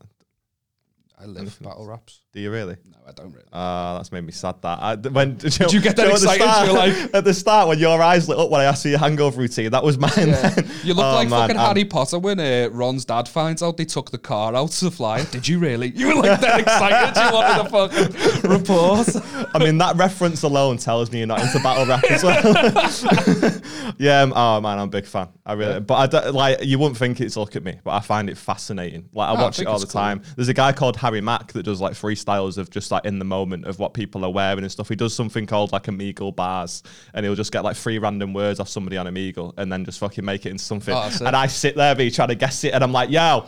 A: I live battle raps.
B: Do you really?
A: No, I don't really.
B: Ah, that's made me sad. That I, th- when did you,
A: you get that
B: do know at the
A: excited?
B: start-
A: You're like-
B: at the start when your eyes lit up when I asked for your hangover routine. That was mine. then.
A: You look
B: Oh,
A: like
B: man,
A: fucking
B: I'm-
A: Harry Potter when uh, Ron's dad finds out they took the car out to fly. Did you really? You were like that excited. You wanted to fucking report.
B: I mean, that reference alone tells me you're not into battle rap as well. yeah, um, oh man, I'm a big fan. I really, but I don't, like you wouldn't think it's look at me, but I find it fascinating. Like I
A: No, Oh, I
B: watch it
A: think
B: all
A: it's
B: the
A: cool.
B: time. There's a guy called Harry Mack that does like freestyles of just like in the moment of what people are wearing and stuff. He does something called like Amigo bars, and he'll just get like three random words off somebody on Amigo, and then just fucking make it into something.
A: Oh, sick.
B: and I sit there, be trying to guess it, and I'm like, yo,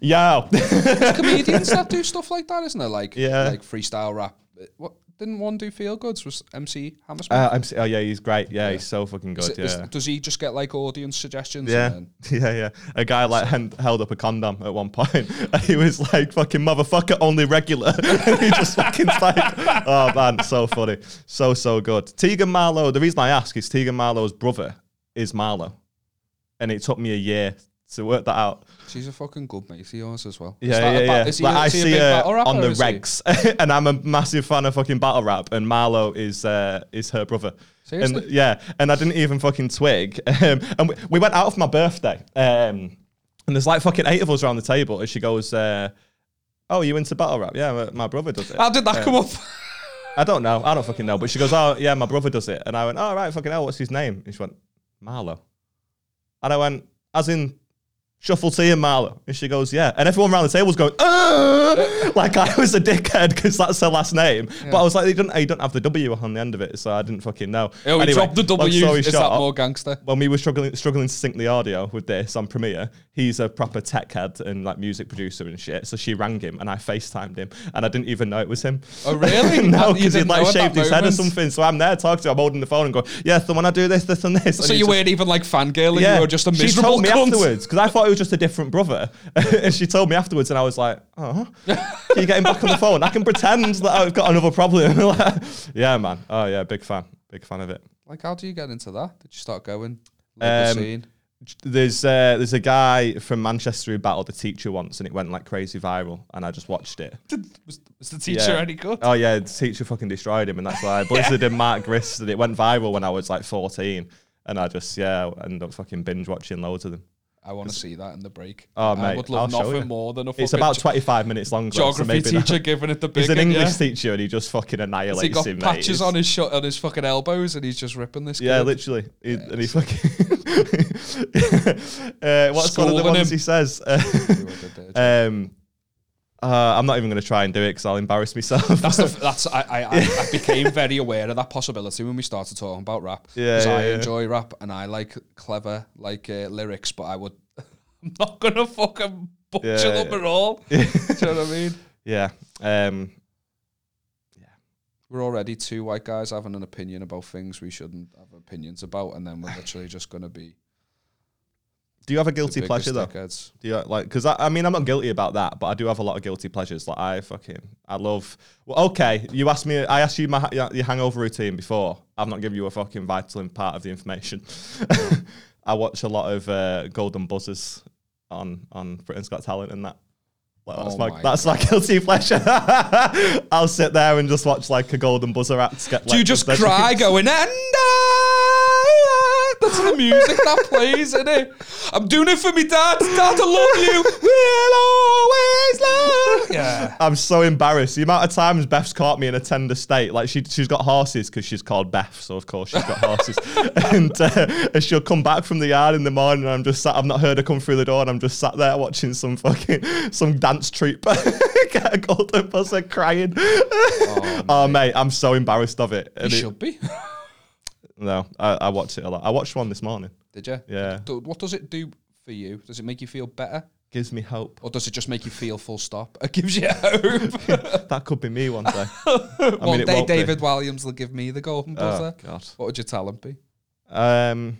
B: yo,
A: comedians that do stuff like that, isn't there? Like,
B: Yeah.
A: like freestyle rap. Uh, What didn't one do? Feel Goods was MC Hammersmith.
B: uh, I'm, s- oh yeah, he's great. Yeah, he's so fucking
A: Is
B: good.
A: it- is-
B: yeah.
A: does he just get like audience suggestions?
B: Yeah,
A: And
B: yeah, yeah. A guy like hen- held up a condom at one point, and he was like, "Fucking motherfucker, only regular." and he just fucking like, "Oh man, so funny, so so good." Tegan Marlowe. The reason I ask is Tegan Marlowe's brother is Marlowe, and it took me a year to work that out.
A: then she's a fucking good mate of yours as well. Is
B: Yeah,
A: that
B: yeah,
A: a ba-
B: yeah.
A: Is he,
B: Like,
A: a-
B: I
A: is he a
B: see
A: big
B: her
A: battle rapper
B: on
A: or
B: the
A: is he-
B: regs, and I'm a massive fan of fucking battle rap, and Marlo is uh, is her brother.
A: Seriously?
B: And, yeah, and I didn't even fucking twig. Um, and we, we went out for my birthday, um, and there's like fucking eight of us around the table, and she goes, uh, "Oh, you into battle rap? Yeah, my, my brother does it."
A: How did that come up?
B: I don't know. I don't fucking know. But she goes, oh, yeah, my brother does it. And I went, oh, right, fucking hell, what's his name? And she went, Marlo. And I went, as in Shuffle Tea and Marlo. And she goes, yeah. And everyone around the table was going, "Ah!" like I was a dickhead because that's her last name. But I was like, you don't, you don't have the W on the end of it. So I didn't fucking know.
A: Oh, he dropped the
B: long
A: W.
B: story
A: Is that
B: short,
A: more gangster?
B: when we were struggling struggling to sync the audio with this on Premiere, he's a proper tech head and like music producer and shit. So she rang him and I FaceTimed him and I didn't even know it was him.
A: Oh, really?
B: no,
A: You
B: because he'd
A: didn't
B: like
A: know at
B: shaved
A: that
B: his head or
A: moment?
B: something. So I'm there talking to him, I'm holding the phone and going, Yeah, so when I do this, this and this.
A: So you weren't even like fangirling. You were just a
B: She
A: miserable
B: told me
A: cunt.
B: afterwards because I thought it was just a different brother, and she told me afterwards, and I was like, "Oh, can you get him back on the phone? I can pretend that I've got another problem." yeah, man. Oh yeah, big fan, big fan of it.
A: Like, how do you get into that? Did you start going?
B: Um,
A: Local scene.
B: there's uh, there's a guy from Manchester who battled a teacher once and it went like crazy viral and I just watched it.
A: Was, was the teacher
B: yeah.
A: any good?
B: Oh yeah, the teacher fucking destroyed him and that's why I blizzarded him Mark Grist and it went viral when I was like 14 and I just yeah ended up fucking binge watching loads of them.
A: I want to see that in the break.
B: Oh,
A: I
B: mate,
A: would love
B: I'll show you.
A: nothing more than a fucking
B: It's about
A: ge-
B: 25 minutes long. though, so
A: geography
B: maybe that-
A: teacher giving it the big.
B: He's an English
A: yeah.
B: teacher and he just fucking annihilates
A: He got
B: him. mate.
A: patches
B: It's-
A: on his sh- on his fucking elbows, and he's just ripping this.
B: Yeah,
A: kid.
B: literally. He, and he fucking. uh, what's one of the
A: Schooling
B: ones
A: him.
B: he says? Uh,
A: See what I did there, Joe.
B: um, uh, I'm not even going to try and do it because I'll embarrass myself.
A: That's the f- that's I, I, I, I became very aware of that possibility when we started talking about rap.
B: Yeah,
A: 'Cause
B: yeah,
A: I
B: yeah.
A: enjoy rap and I like clever like uh, lyrics, but I would I'm not gonna fucking butcher
B: Yeah,
A: them
B: yeah.
A: at all. Do you know what I mean?
B: yeah. Um,
A: We're already two white guys having an opinion about things we shouldn't have opinions about, and then we're literally just gonna be
B: Do you have a
A: the
B: guilty
A: biggest
B: pleasure though?
A: dickheads.
B: Do you like? Because I, I mean, I'm not guilty about that, but I do have a lot of guilty pleasures. Like I fucking, I love. Well, okay, you asked me. I asked you my ha- your hangover routine before. I've not given you a fucking vital part of the information. I watch a lot of uh, Golden Buzzers on on Britain's Got Talent and that. Like, that's
A: Oh
B: my
A: my
B: that's my guilty pleasure. I'll sit there and just watch like a Golden Buzzer act. Get,
A: Do you just cry going, and I, I-" That's the music that plays, isn't it? I'm doing it for me dad. Dad, I love you. We'll always love. Yeah.
B: I'm so embarrassed. The amount of times Beth's caught me in a tender state, like she she's got horses because she's called Beth, so of course she's got horses. And, uh, and she'll come back from the yard in the morning, and I'm just sat. I've not heard her come through the door, and I'm just sat there watching some fucking some dance troupe. Get a golden buzzer crying. Oh, mate, I'm so embarrassed of it.
A: You
B: And it-
A: should be.
B: no, I, I watch it a lot. I watched one this morning.
A: Did you?
B: Yeah,
A: Do- What does it do for you? Does it make you feel better?
B: gives me hope.
A: Or does it just make you feel full stop? It gives you hope.
B: That could be me one day.
A: One
B: it
A: day
B: won't be.
A: David Williams will give me the golden
B: oh
A: buzzer.
B: God.
A: What would your talent be?
B: Um,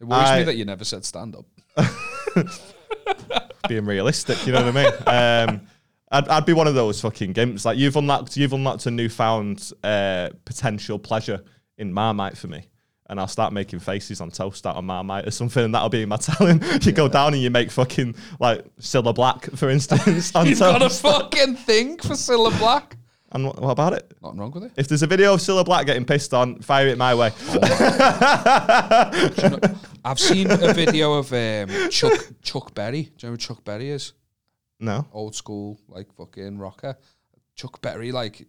A: It worries
B: I-
A: me that you never said stand up.
B: being realistic. You know what I mean? Um, I'd, I'd be one of those fucking gimps. Like you've unlocked, you've unlocked a newfound uh, potential pleasure in Marmite for me, and I'll start making faces on toast out of Marmite or something, and that'll be my talent. you go down and you make fucking like Cilla Black, for instance, on
A: You've
B: toast.
A: got a fucking thing for Cilla Black.
B: and what, what about it?
A: Nothing wrong with it.
B: If there's a video of Cilla Black getting pissed on, fire it my way.
A: I've seen a video of um, Chuck Chuck Berry. Do you know who Chuck Berry is?
B: No,
A: Old school, like fucking rocker. Chuck Berry, like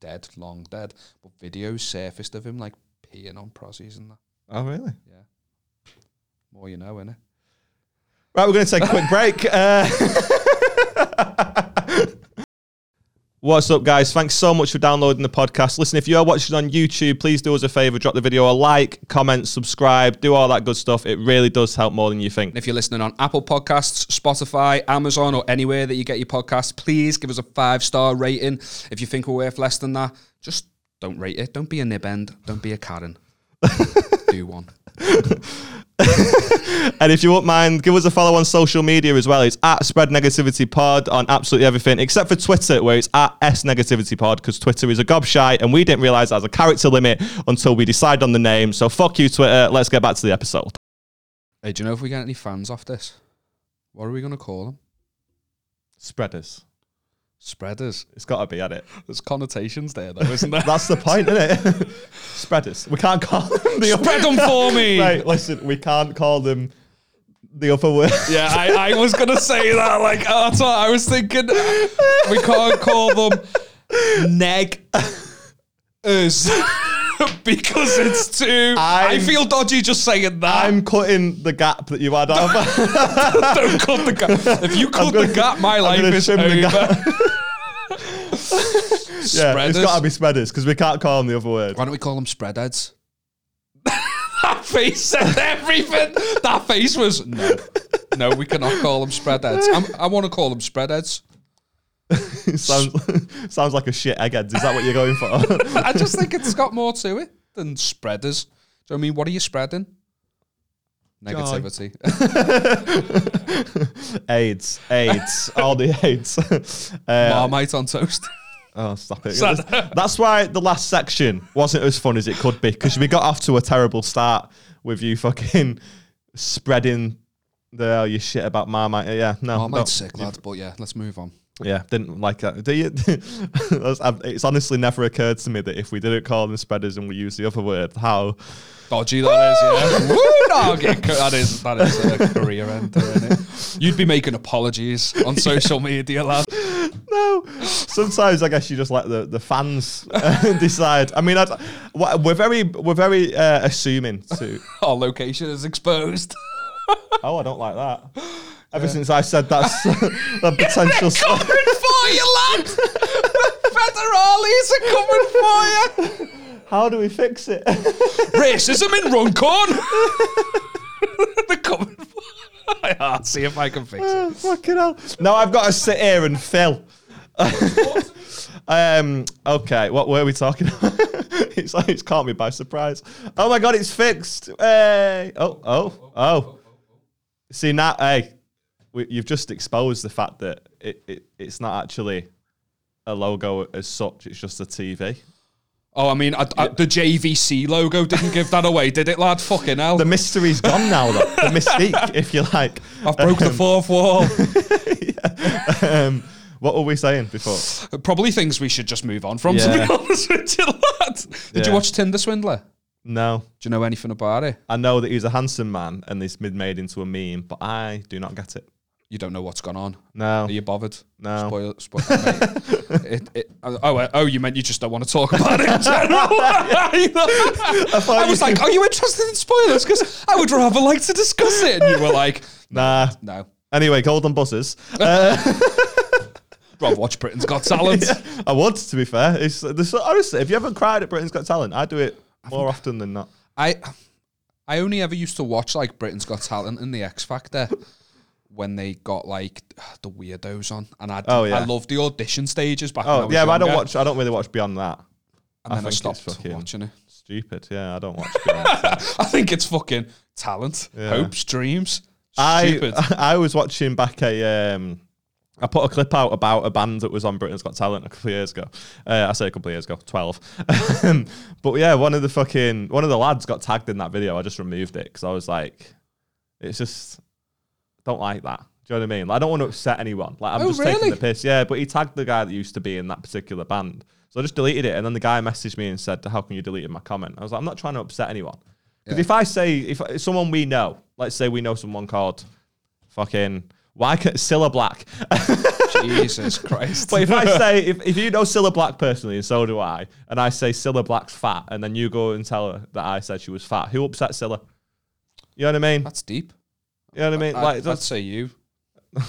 A: dead, long dead. But videos surfaced of him like peeing on prosies and that.
B: oh really?
A: More you know, innit?
B: Right, we're going to take a quick break. Uh, What's up, guys? Thanks so much for downloading the podcast. Listen, if you are watching on YouTube, please do us a favor drop the video a like, comment, subscribe, do all that good stuff. It really does help more than you think.
A: And if you're listening on Apple Podcasts, Spotify, Amazon, or anywhere that you get your podcasts, please give us a five star rating. If you think we're worth less than that, just don't rate it. Don't be a nib end. Don't be a Karen. Do one.
B: And if you won't mind, give us a follow on social media as well. It's at Spread Negativity Pod on absolutely everything, except for Twitter, where it's at S Negativity Pod, because Twitter is a gobshite, and we didn't realize there's a character limit until we decided on the name. So fuck you, Twitter. Let's get back to the episode.
A: Hey, do you know if we get any fans off this? What are we going to call them?
B: Spreaders.
A: Spreaders.
B: It's got to be, at it?
A: There's connotations there, though, isn't there?
B: That's the point, isn't it? Spreaders. We can't call them the
A: Spread them for me.
B: Right, listen, we can't call them the upper word.
A: Yeah, I, I was going to say that. Like, oh, that's what I was thinking. We can't call them neg us because it's too. i
B: I'm-
A: feel dodgy just saying that.
B: I'm cutting the gap that you had off.
A: Don't cut the gap. If you cut
B: gonna-
A: the gap, my life
B: gonna
A: is
B: trim
A: over.
B: the gap. yeah,
A: Spreaders.
B: it's got to be spreaders because we can't call them the other word.
A: Why don't we call them spreadheads? that face said everything. That face was no, no. We cannot call them spreadheads. I'm, I want to call them spreadheads.
B: It sounds sounds like a shit eggheads. Is that what you're going for?
A: I just think it's got more to it than spreaders. Do you know what I mean? What are you spreading? Negativity.
B: AIDS, AIDS, all the AIDS. Uh,
A: Marmite on toast.
B: Oh, stop it.
A: Sad.
B: That's why the last section wasn't as fun as it could be because we got off to a terrible start with you fucking spreading the oh, your shit about Marmite. Yeah, no.
A: Marmite's
B: don't-
A: sick, lad. But yeah, let's move on.
B: Yeah, didn't like that. Do you? That's- I've- it's honestly never occurred to me that if we didn't call them spreaders and we used the other word, how.
A: Dodgy that is, yeah. Woo, dog. It co- That is that is a career ender, isn't it? You'd be making apologies on social media, lad.
B: No. Sometimes I guess you just let the, the fans uh, decide. I mean, I'd, we're very we're very uh, assuming to.
A: Our location is exposed.
B: Oh, I don't like that. Ever since I said that's a potential.
A: coming for you, lad. Federales are coming for you.
B: How do we fix it?
A: Racism in Runcorn. They're coming for you. I'll see if I can fix it.
B: Fucking hell. Now I've got to sit here and fill. um, okay, what were we talking about? it's like, it can't be by surprise. Oh my god, it's fixed. Hey. Oh, oh, oh. See now, hey, we, you've just exposed the fact that it, it it's not actually a logo as such. It's just a TV.
A: Oh, I mean, I, I, the JVC logo didn't give that away, did it, lad? Fucking hell.
B: The mystery's gone now, though. The mystique, if you like.
A: I've broke the fourth wall.
B: Um, what were we saying before?
A: Probably things we should just move on from, to
B: Yeah.
A: be honest with you, lad. Did you
B: Yeah.
A: watch Tinder Swindler?
B: No,
A: Do you know anything about it?
B: I know that he's a handsome man and he's been made into a meme, but I do not get it.
A: You don't know what's gone on.
B: No,
A: Are you bothered?
B: No.
A: Spoil, spoil, mate. it, it, oh, uh, oh, you meant you just don't want to talk about it in general. I was like, are you interested in spoilers? Because I would rather like to discuss it. And you were like,
B: nah.
A: no.
B: Anyway, golden buzzers.
A: Rob, watch Britain's Got Talent.
B: I would, to be fair. It's there's, honestly, if you haven't cried at Britain's Got Talent, I do it more often than not.
A: I I only ever used to watch like Britain's Got Talent and The X Factor when they got like the weirdos on, and I
B: Oh, yeah.
A: I loved the audition stages back. when I
B: Oh
A: was
B: yeah, but I don't
A: younger,
B: watch. I don't really watch beyond that.
A: And
B: I
A: then I,
B: think it's
A: stopped
B: fucking-
A: watching it.
B: Stupid. Yeah, I don't watch. Beyond that.
A: I think it's fucking talent,
B: Yeah.
A: hopes, dreams. Stupid.
B: I I was watching back a um. I put a clip out about a band that was on Britain's Got Talent a couple of years ago. Uh, I say a couple of years ago, twelve. Um, but yeah, one of the fucking one of the lads got tagged in that video. I just removed it because I was like, it's just don't like that. Do you know what I mean? Like, I don't want to upset anyone. Like I'm
A: Oh,
B: just taking
A: really?
B: the piss. Yeah, but he tagged the guy that used to be in that particular band. So I just deleted it, and then the guy messaged me and said, "How can you delete my comment?" I was like, "I'm not trying to upset anyone." Because
A: Yeah.
B: if I say if if someone we know, let's say we know someone called fucking why can Cilla Black,
A: Jesus Christ.
B: but if I say if, if you know Cilla Black personally and so do I, and I say Cilla Black's fat, and then you go and tell her that I said she was fat, who upset Cilla? You know what I mean?
A: that's deep.
B: You know what I mean?
A: I,
B: like
A: would
B: that's
A: say you.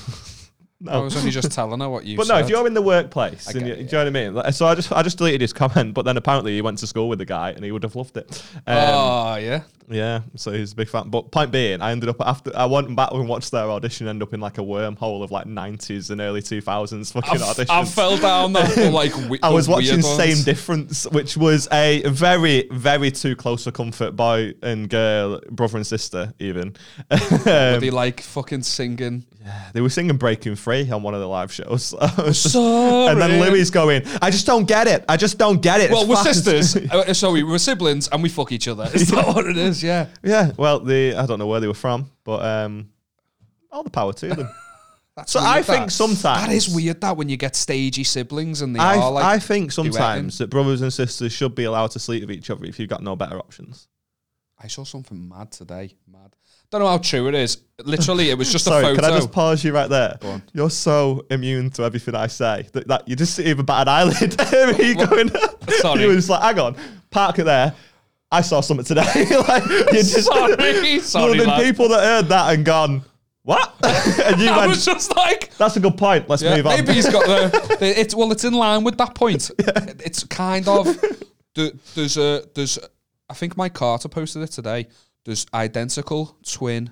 B: no.
A: I was only just telling her what you
B: But
A: said.
B: no, if you're in the workplace,
A: I
B: and you,
A: get it,
B: do you know what I mean? Like, so I just I just deleted his comment, but then apparently he went to school with the guy, and he would have loved it. Um,
A: oh, yeah.
B: Yeah, so he's a big fan. But point being, I ended up after I went back and watched their audition, end up in like a wormhole of like nineties and early two thousands fucking
A: I,
B: auditions.
A: I fell down that like we-
B: I was
A: the weird
B: watching Same
A: ones.
B: Difference, which was a very, very too close for comfort boy and girl, brother and sister, even. Um,
A: Were they like fucking singing?
B: they were singing Breaking Free on one of the live shows.
A: Sorry.
B: and then Louis going, I just don't get it. I just don't get it.
A: Well,
B: It's
A: we're
B: fine."
A: sisters. uh, sorry, we're siblings, and we fuck each other. Is that what it is? Yeah.
B: Yeah, well, the I don't know where they were from, but um, all the power to them.
A: That's
B: So I
A: weird,
B: think
A: that.
B: sometimes-
A: that is weird. That when you get stagey siblings and they
B: I,
A: are like,
B: I think
A: reckon?
B: sometimes that brothers and sisters should be allowed to sleep with each other if you've got no better options.
A: I saw something mad today. Mad. Don't know how true it is. Literally, it was just
B: Sorry,
A: a photo.
B: can I just pause you right there?
A: on.
B: You're so immune to everything I say that, that you just even bat an eyelid. I mean, you going?
A: Sorry.
B: you were just like, hang on, park it there. I saw something today. like you just
A: Sorry,
B: there
A: sorry,
B: have been
A: lad.
B: people that heard that and gone, what? and you
A: I
B: went,
A: was just like,
B: that's a good point. Let's
A: yeah,
B: move on.
A: maybe he's got the. the it's well, it's in line with that point. It- It's kind of the, there's a there's I think Mike Carter posted it today. There's identical twin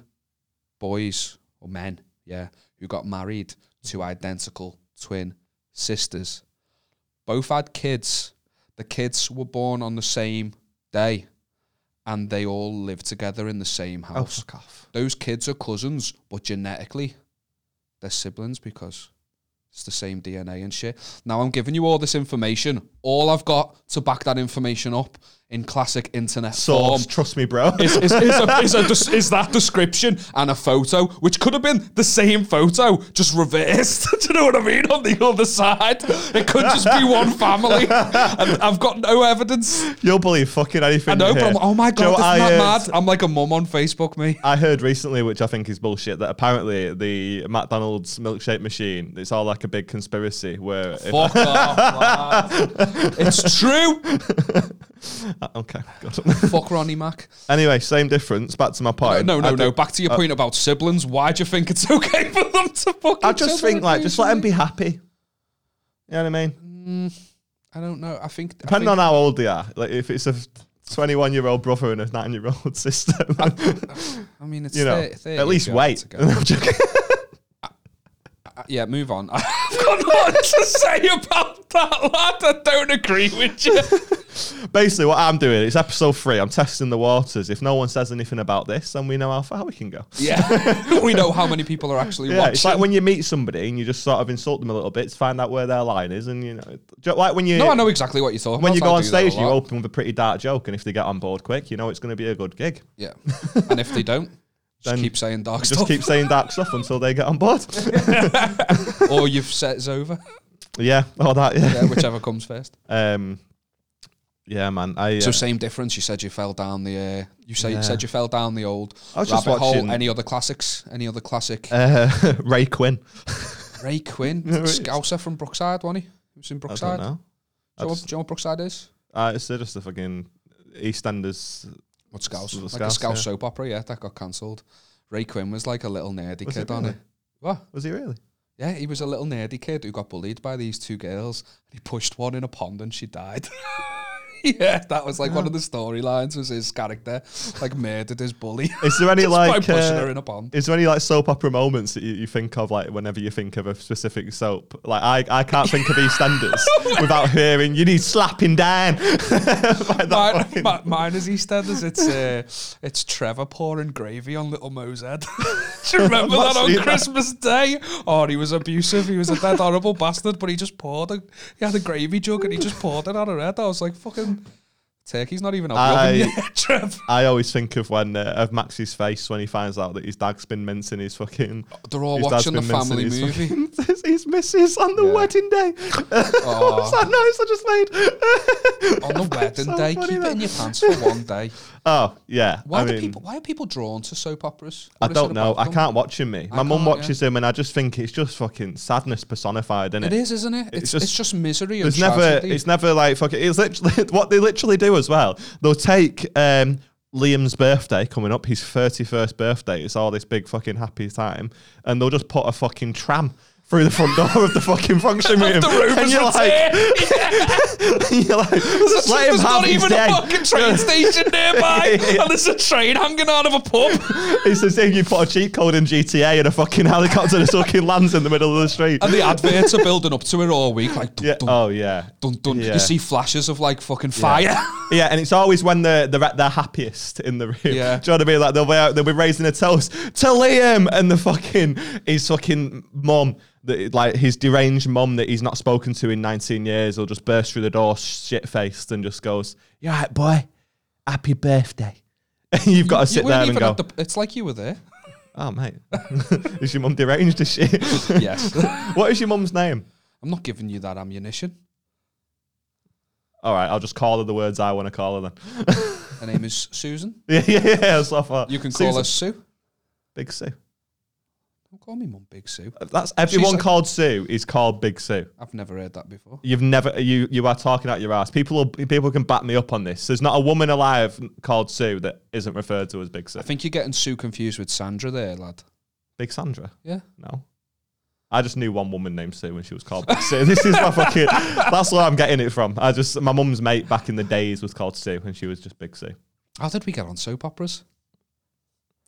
A: boys or men, yeah, who got married to identical twin sisters. Both had kids. The kids were born on the same day, and they all lived together in the same
B: oh,
A: house
B: fuck off.
A: those kids are cousins, but genetically they're siblings because it's the same DNA and shit. Now I'm giving you all this information. All I've got to back that information up in classic internet
B: Source,
A: form
B: trust me, bro.
A: is, is, is, a, is, a, des- is that description and a photo, which could have been the same photo, just reversed. Do you know what I mean? On the other side, it could just be one family. And I've got no evidence.
B: You'll believe fucking anything.
A: I know,
B: you
A: but
B: hear.
A: I'm, oh my god,
B: Do you know
A: isn't
B: what I
A: that
B: heard?
A: mad? I'm like a mum on Facebook, me.
B: I heard recently, which I think is bullshit, that apparently the McDonald's milkshake machine, it's all like a big conspiracy where. if-
A: Fuck off, lad. It's true.
B: okay, good.
A: Fuck Ronnie Mac.
B: anyway, same difference. Back to my
A: No,
B: point.
A: no,
B: Uh, I
A: no,
B: do-
A: no. Back to your point about siblings. Why do you think it's okay for them to fucking?
B: I just think, like, just let them be happy. You know what I mean?
A: I don't know. I think. I
B: Depending
A: think
B: on how old they are. Like, if it's a 21 year old brother and a 9 year old sister,
A: I mean, it's
B: you know,
A: thir- 30
B: at least
A: going
B: wait.
A: to go.
B: I'm joking.
A: Uh, yeah, move on. I've got a lot to say about that lad. I don't agree with you.
B: Basically, what I'm doing it's episode three. I'm testing the waters. If no one says anything about this, then we know how far we can go.
A: Yeah, we know how many people are actually
B: Yeah,
A: watching.
B: it's like when you meet somebody and you just sort of insult them a little bit to find out where their line is, and you know, ju- like when you
A: no, I know exactly what you're talking
B: when
A: about. I
B: you go on
A: do that a
B: stage, you
A: lot.
B: open with a pretty dark joke, and if they get on board quick, you know it's going to be a good gig.
A: Yeah, and if they don't, just
B: Then
A: keep saying dark
B: Just
A: stuff,
B: keep saying dark stuff until they get on board.
A: or you've set is over,
B: yeah, all that. Yeah,
A: yeah, whichever comes first.
B: yeah, um, yeah man. I,
A: So
B: uh,
A: same difference. You said you fell down the. Uh, you say
B: Yeah.
A: said you fell down the old
B: uh, I was just
A: rabbit hole.
B: watching-
A: Any other classics? Any other classic?
B: uh, Ray Quinn.
A: Ray Quinn,
B: No, it's-
A: Scouser from Brookside, wasn't he? He was in
B: I
A: Brookside.
B: don't
A: Do you,
B: know. I
A: know what,
B: just-
A: do you know what Brookside is?
B: Uh, it's just a fucking EastEnders.
A: What Scouse?
B: the
A: Like a
B: Scouse,
A: Scouse
B: yeah.
A: soap opera. Yeah, that got cancelled. Ray Quinn was like a little nerdy
B: Was
A: kid
B: it
A: on
B: really?
A: it. What?
B: Was he really?
A: Yeah, he was a little nerdy kid who got bullied by these two girls. He pushed one in a pond and she died. yeah, that was like one of the storylines. Was his character like murdered his bully
B: Is there any
A: just by
B: like?
A: pushing
B: uh,
A: her in a pond?
B: Is there any like soap opera moments that you, you think of like whenever you think of a specific soap? Like I, I can't think of EastEnders
A: Oh
B: without hearing you need slapping down. Like that
A: Mine,
B: fucking-
A: mi- mine is EastEnders. It's uh, it's Trevor pouring gravy on Little Mo's head. Do you remember
B: I've not
A: that on
B: seen that.
A: Christmas Day? Oh, and he was abusive. He was a dead horrible bastard. But he just poured. A, he had a gravy jug and he just poured it on her head. I was like, fucking turkey's not even out the oven
B: I-
A: yet, Trev.
B: I always think of when uh, of Max's face when he finds out that his dad's been mincing his fucking.
A: They're all
B: his dad's
A: watching the
B: been mincing
A: family
B: his
A: movie.
B: fucking- his missus on the
A: Yeah.
B: wedding day. what was that noise I just made?
A: on the wedding
B: so
A: day.
B: funny,
A: Keep it
B: though.
A: in your pants for one day.
B: Oh yeah.
A: Why
B: I
A: do
B: mean,
A: people? Why are people drawn to soap operas?
B: I
A: What is it
B: don't know.
A: about
B: I
A: them?
B: can't watch him. Me.
A: I
B: My mum
A: can't, yeah.
B: watches him, and I just think it's just fucking sadness personified, isn't
A: It is, isn't it? It's, it's, just,
B: just-
A: misery.
B: There's
A: and
B: never,
A: tragedy.
B: it's never like fucking. It's literally what they literally do as well. They'll take um, Liam's birthday coming up, his 31st birthday. It's all this big fucking happy time, and they'll just put a fucking tram through the front door of the fucking function room,
A: the room
B: and
A: is
B: you're like,
A: returned.
B: you're like, just let him
A: There's
B: have
A: not
B: his
A: even
B: day.
A: a fucking train station nearby, and there's a train hanging out of a pub.
B: It's as if you put a cheat code in GTA and a fucking helicopter just fucking lands in the middle of the street.
A: And the adverts are building up to it all week, like dun
B: yeah.
A: dun,
B: Oh yeah.
A: dun, dun.
B: Yeah.
A: You see flashes of like fucking fire.
B: Yeah, and it's always when they're they're at their happiest in the room.
A: Yeah.
B: Do you know what I mean? Like they'll be out, they'll be raising a toast to Liam and the fucking his fucking mom that like his deranged mom that he's not spoken to in 19 years will just burst through the door shit faced and just goes, "You're right, boy. Happy birthday." And you've got to sit
A: you
B: there
A: weren't
B: and
A: even
B: go,
A: at the. It's like you were there.
B: "Oh mate, is your mum deranged? Is she?
A: yes.
B: what is your mum's name?"
A: I'm not giving you that ammunition.
B: All right, I'll just call her the words I want to call her then.
A: Her name is Susan.
B: yeah, yeah, yeah. So I thought,
A: You can call
B: Susan,
A: her Sue.
B: Big Sue.
A: Don't call me Mum Big Sue.
B: That's everyone
A: She's a-
B: called Sue is called Big Sue.
A: I've never heard that before.
B: You've never you you are talking out your ass. People will, people can back me up on this. There's not a woman alive called Sue that isn't referred to as Big Sue.
A: I think you're getting Sue confused with Sandra there, lad.
B: Big Sandra.
A: Yeah.
B: No. I just knew one woman named Sue when she was called Big Sue. This is my fucking. That's where I'm getting it from. I just my mum's mate back in the days was called Sue and she was just Big Sue.
A: How did we get on soap operas?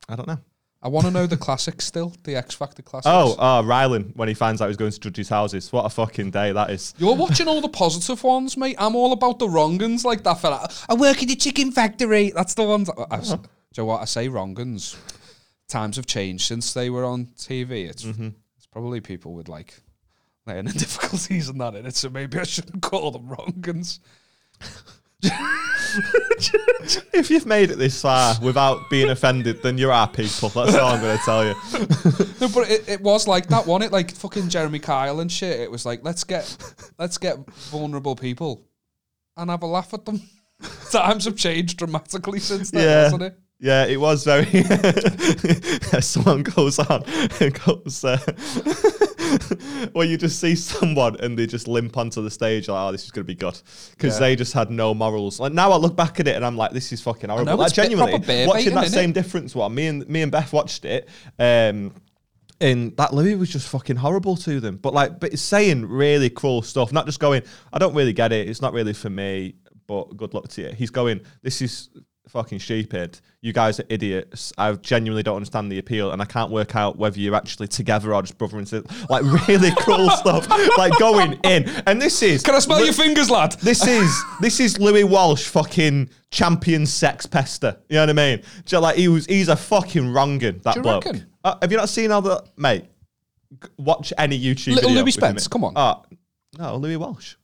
B: I don't know.
A: I want to know the classics still, the X Factor classics.
B: Oh, oh, Rylan when he finds out he's going to judges' houses. What a fucking day that is.
A: You're watching all the positive ones, mate. I'm all about the wrongins like that fella. I work in the chicken factory. That's the ones. I, I, do you know what I say? Wrongins. Times have changed since they were on TV. It's it's probably people with like learning difficulties and that in it. So maybe I shouldn't call them wrongins.
B: If you've made it this far without being offended, then you're our people. That's all I'm going to tell you.
A: No, but it, it was like that one. It like fucking Jeremy Kyle and shit. It was like let's get let's get vulnerable people and have a laugh at them. Times have changed dramatically since then,
B: Yeah.
A: hasn't it?
B: Yeah, it was very. someone goes on and goes, uh, well, you just see someone and they just limp onto the stage like, oh, this is going to be good. Because
A: Yeah.
B: they just had no morals. Like now I look back at it and I'm like, this is fucking horrible.
A: know,
B: like
A: it's bit-
B: genuinely,
A: proper bear
B: watching
A: baiting,
B: that
A: innit?
B: same difference one, me and, me and Beth watched it. Um, and that Louis was just fucking horrible to them. But like, but it's saying really cruel stuff. Not just going, I don't really get it. It's not really for me. But good luck to you. He's going, this is fucking stupid. You guys are idiots. I genuinely don't understand the appeal, and I can't work out whether you're actually together or just brother and sister. Like really cruel stuff. Like going in, and this is
A: Can I smell your fingers, lad?
B: this is this is Louis Walsh fucking champion sex pester. You know what I mean? Ju- Like he was he's a fucking wrongin that
A: you
B: bloke.
A: reckon?
B: Uh, have you not seen all the mate? g- Watch any YouTube
A: Little
B: video
A: Louis
B: with him in.
A: Spence, come on.
B: Uh, no, Louis Walsh.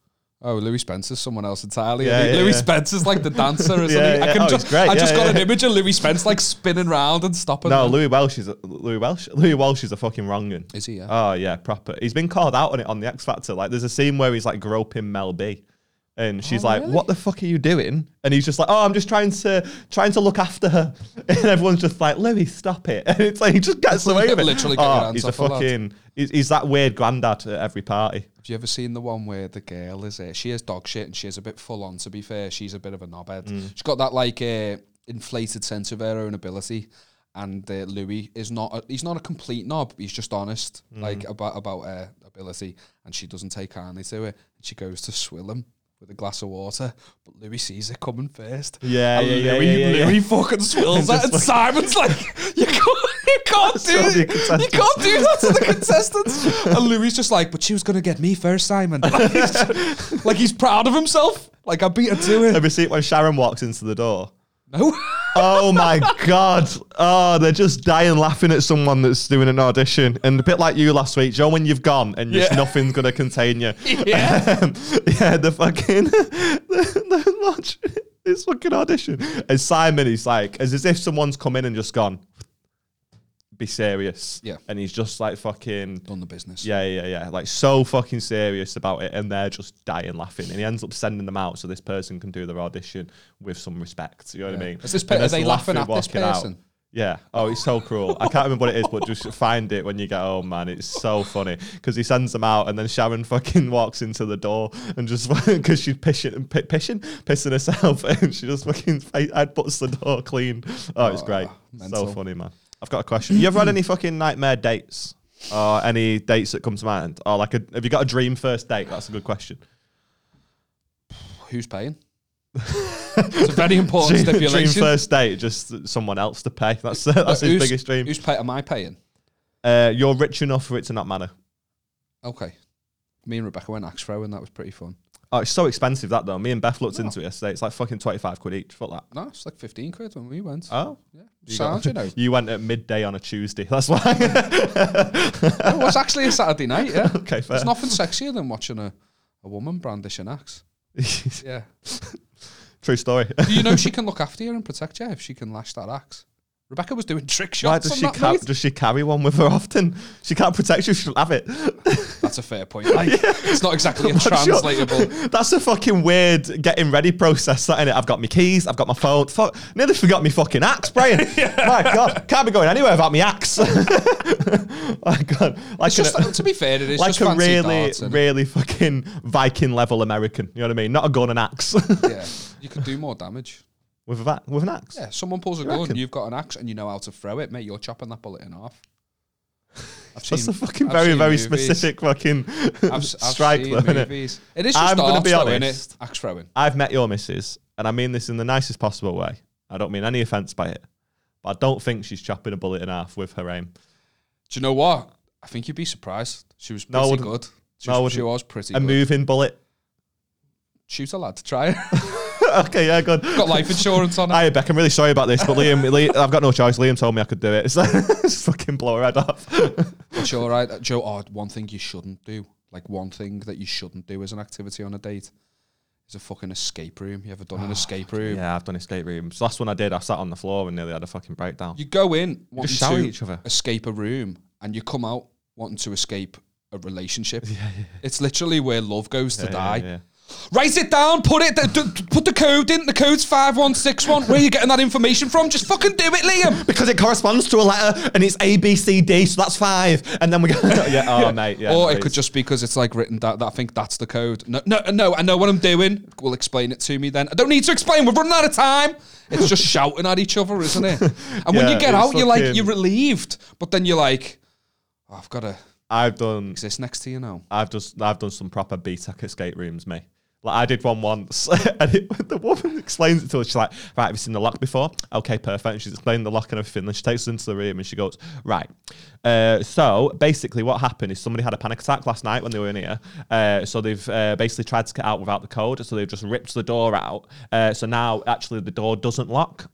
A: Oh, Louis Spencer's someone else entirely.
B: Yeah,
A: Louis,
B: yeah,
A: Louis
B: yeah.
A: Spencer's like the dancer, isn't
B: Yeah,
A: he? I
B: yeah.
A: can
B: Oh,
A: just,
B: he's great.
A: I just
B: Yeah,
A: got
B: yeah.
A: an image of Louis Spence like spinning round and stopping.
B: No,
A: him.
B: Louis Welsh is a, Louis Welsh. Louis Welsh is a fucking wrongin.
A: Is he, yeah?
B: Oh yeah, proper. He's been called out on it on the X Factor. Like there's a scene where he's like groping Mel B. And she's like,
A: Oh, really?
B: "What the fuck are you doing?" And he's just like, "Oh, I'm just trying to trying to look after her." And everyone's just like, "Louis, stop it!" And it's like he just gets away with it.
A: Literally get your
B: oh,
A: hands
B: he's a
A: off her, lad.
B: fucking he's, he's that weird granddad at every party.
A: Have you ever seen the one where the girl is uh, she is dog shit and she is a bit full on to be fair she's a bit of a knobhead
B: Mm.
A: she's got that like uh, inflated sense of her own ability and uh, Louis is not a, he's not a complete knob he's just honest
B: Mm.
A: like about about her ability and she doesn't take kindly to it and she goes to swill him with a glass of water but Louis sees her coming first
B: Yeah,
A: and
B: yeah, yeah,
A: Louis,
B: yeah, yeah, yeah.
A: Louis fucking swills at
B: Just
A: and Simon's like you can't you can't do
B: all
A: it.
B: the
A: you
B: contestants.
A: can't do that to the contestants and Louis just like but she was gonna get me first Simon like he's proud of himself. Like I beat her to it.
B: Have you seen it when Sharon walks into the door?
A: No.
B: Oh my god! Oh, they're just dying laughing at someone that's doing an audition, and a bit like you last week, Joe. When you've gone and just
A: Yeah.
B: nothing's gonna contain you.
A: Yeah.
B: Um, yeah, the fucking the, the watch this fucking audition. And Simon is like, as, as if someone's come in and just gone, be serious.
A: Yeah.
B: And he's just like fucking
A: Done the business.
B: yeah, yeah, yeah. Like so fucking serious about it, and they're just dying laughing. And he ends up sending them out so this person can do their audition with some respect. You know what I
A: Yeah.
B: mean?
A: Is this pe-
B: And
A: are
B: as
A: they
B: they're
A: laughing at this
B: walking out-
A: person?
B: Yeah. Oh, it's so cruel. I can't remember what it is, but just find it when you get home, man. It's so funny because he sends them out, and then Sharon fucking walks into the door and just because she's pissing and pi- pissing, pissing herself, and she just fucking headbutts the door clean. Oh, it's great.
A: Ah, mental.
B: So funny, man. I've got a question. You ever had any fucking nightmare dates? Or any dates that come to mind? Or like, a, have you got a dream first date? That's a good question.
A: Who's paying? it's a very important
B: Dream, dream
A: stipulation.
B: first date, just someone else to pay. That's that's his
A: Who's-
B: biggest dream.
A: Who's paying? Am I paying?
B: Uh, you're rich enough for it to not matter.
A: Okay. Me and Rebecca went axe throw and that was pretty fun.
B: Oh, it's so expensive that though. Me and Beth
A: Oh.
B: looked into it yesterday. It's like fucking twenty five quid each. Fuck that.
A: No, it's like fifteen quid when we went.
B: Oh,
A: yeah. Sound, you know.
B: you went at midday on a Tuesday. That's why.
A: it was actually a Saturday night, yeah.
B: okay, fair.
A: There's nothing sexier than watching a, a woman brandish an axe. Yeah.
B: True story.
A: Do you know she can look after you and protect you if she can lash that axe? Rebecca was doing trick shots.
B: Why does
A: on
B: she
A: that
B: ca-
A: night.
B: does she carry one with her often? She can't protect you. She'll have it.
A: That's a fair point. Like, It's not exactly a translatable.
B: That's a fucking weird getting ready process, that, innit? I've got my keys, I've got my phone. Fuck, nearly forgot my fucking axe, Brian. My God, can't be going anywhere without my axe. my God. Like
A: It's
B: an-
A: just, to be fair, it is
B: like
A: just
B: a
A: fancy
B: really,
A: darts and-
B: really fucking Viking level American. You know what I mean? Not a gun and axe
A: yeah, you could do more damage.
B: with a va- with an axe.
A: Yeah, someone pulls a
B: You
A: gun,
B: reckon?
A: you've got an axe, and you know how to throw it, mate. You're chopping that bullet in half. I've
B: That's a fucking
A: I've
B: very,
A: seen
B: very
A: movies.
B: specific fucking
A: I've, s- I've
B: strike,
A: seen
B: though, innit?
A: movies. It is just
B: I'm gonna
A: arse
B: be
A: throwing,
B: honest.
A: it? Axe throwing.
B: I've met your missus, and I mean this in the nicest possible way. I don't mean any offense by it, but I don't think she's chopping a bullet in half with her aim.
A: Do you know what? I think you'd be surprised. She was
B: No, I
A: pretty
B: wouldn't.
A: good. She,
B: No, I
A: was, she
B: wouldn't.
A: was pretty
B: A
A: good.
B: moving bullet.
A: Shoot a lad to try it.
B: okay, yeah, good.
A: got life insurance on it.
B: Hi, Beck. I'm really sorry about this, but Liam, Liam, I've got no choice. Liam told me I could do it. So just fucking blow her head off.
A: It's all right, Uh, Joe. Oh, one thing you shouldn't do, like one thing that you shouldn't do as an activity on a date, is a fucking escape room. You ever done an escape room?
B: yeah, I've done escape rooms. Last one I did, I sat on the floor and nearly had a fucking breakdown.
A: You go in wanting
B: shout at
A: to
B: each other.
A: escape a room, and you come out wanting to escape a relationship. It's literally where love goes to die.
B: yeah.
A: Write it down, put it, th- th- th- put the code in. The code's five one six one. Where are you getting that information from? Just fucking do it, Liam.
B: because it corresponds to a letter and it's A B C D, so that's five. And then we go, yeah, oh mate, yeah.
A: or
B: please.
A: it could just be because it's like written down. That I think that's the code. No, no, no. I know what I'm doing. Will explain it to me then. I don't need to explain. We're running out of time. It's just shouting at each other, isn't it? And when you
B: Yeah,
A: get
B: it's
A: out, you're like
B: fucking-
A: you're relieved, but then you're like, oh, I've got to
B: I've done,
A: exist next to you now.
B: I've just, I've done some proper BTEC escape rooms, mate. Like I did one once, and it, the woman explains it to us. She's like, "Right, have you seen the lock before? Okay, perfect." And she's explaining the lock and everything. Then she takes us into the room and she goes, "Right, uh, so basically, what happened is somebody had a panic attack last night when they were in here. Uh, so they've uh, basically tried to get out without the code. So they've just ripped the door out. Uh, so now actually the door doesn't lock."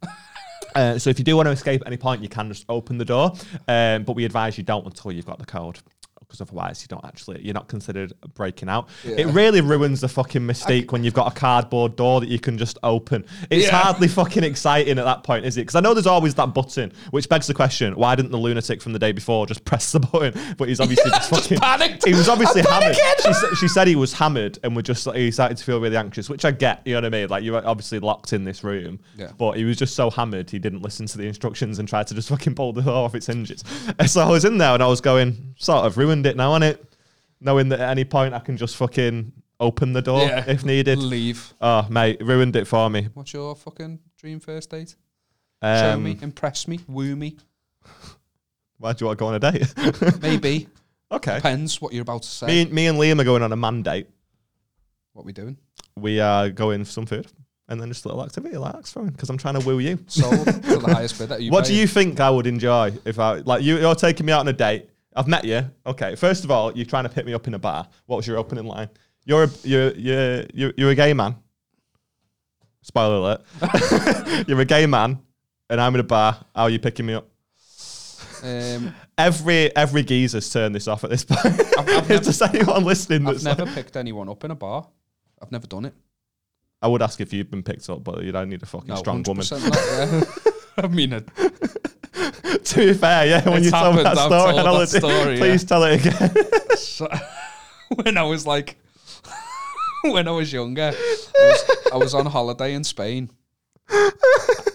B: Uh, so if you do want to escape at any point, you can just open the door. Um, but we advise you don't until you've got the code. Because otherwise, you don't actually, you're not considered breaking out. It really ruins the fucking mystique when you've got a cardboard door that you can just open. It's
A: Yeah.
B: hardly fucking exciting at that point, is it? Because I know there's always that button, which begs the question: Why didn't the lunatic from the day before just press the button? But he's obviously just fucking
A: panicked.
B: He was obviously
A: I'm
B: hammered.
A: panicking.
B: She, sa- she said he was hammered, and was just he started to feel really anxious, which I get. You know what I mean? Like you're obviously locked in this room,
A: Yeah.
B: but he was just so hammered he didn't listen to the instructions and tried to just fucking pull the door off its hinges. And so I was in there and I was going, sort of ruined it now, it? Knowing that at any point I can just fucking open the door
A: Yeah.
B: if needed.
A: Leave.
B: Oh mate, ruined it for me.
A: What's your fucking dream first date? Show
B: Um,
A: me, impress me, woo me.
B: Why do you want to go on a date?
A: Maybe.
B: okay.
A: Depends what you're about to say.
B: Me, and- me and Liam are going on a mandate.
A: What we doing?
B: We are going for some food and then just a little activity like that's fine because I'm trying to woo you.
A: Sold to the highest bidder. Are
B: What do
A: paying?
B: you think I would enjoy if I like you? You're taking me out on a date. I've met you. Okay. First of all, you're trying to pick me up in a bar. What was your opening line? You're a you're you're you're, you're a gay man. Spoiler alert. you're a gay man, and I'm in a bar. How are you picking me up?
A: Um,
B: Every every geezer's turned this off at this point. If there's anyone listening
A: I've
B: that's
A: never
B: like-
A: picked anyone up in a bar. I've never done it.
B: I would ask if you've been picked up, but you don't need a fucking
A: No,
B: strong woman.
A: 100% Oh, Not, yeah. I mean, it,
B: to be fair, yeah, when
A: It's
B: you tell me that
A: happened, I've
B: story,
A: told
B: and all
A: that
B: it did-
A: story, yeah.
B: please tell it again.
A: So- uh, when I was like, when I was younger, I was, I was on holiday in Spain,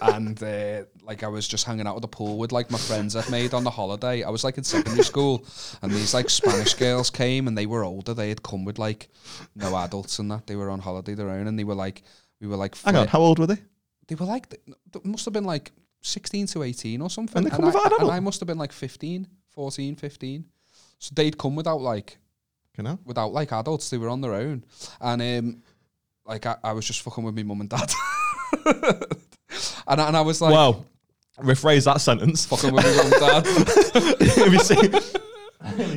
A: and uh, like I was just hanging out at the pool with like my friends I'd made on the holiday. I was like in secondary school, and these like Spanish girls came, and they were older. They had come with like no adults and that. They were on holiday their own, and they were like, we were like,
B: Hang on,
A: flirt-
B: how old were they?
A: they were like, th- th- must have been like 16 to 18 or something.
B: And they come
A: I,
B: without an
A: and
B: adult?
A: I must have been like 15, 14, 15. So they'd come without like
B: You know.
A: without like adults. They were on their own, and um, like I, I was just fucking with my mum and dad, and I- and I was like
B: Wow. Rephrase that sentence.
A: fucking with my mum and dad.
B: Have you seen-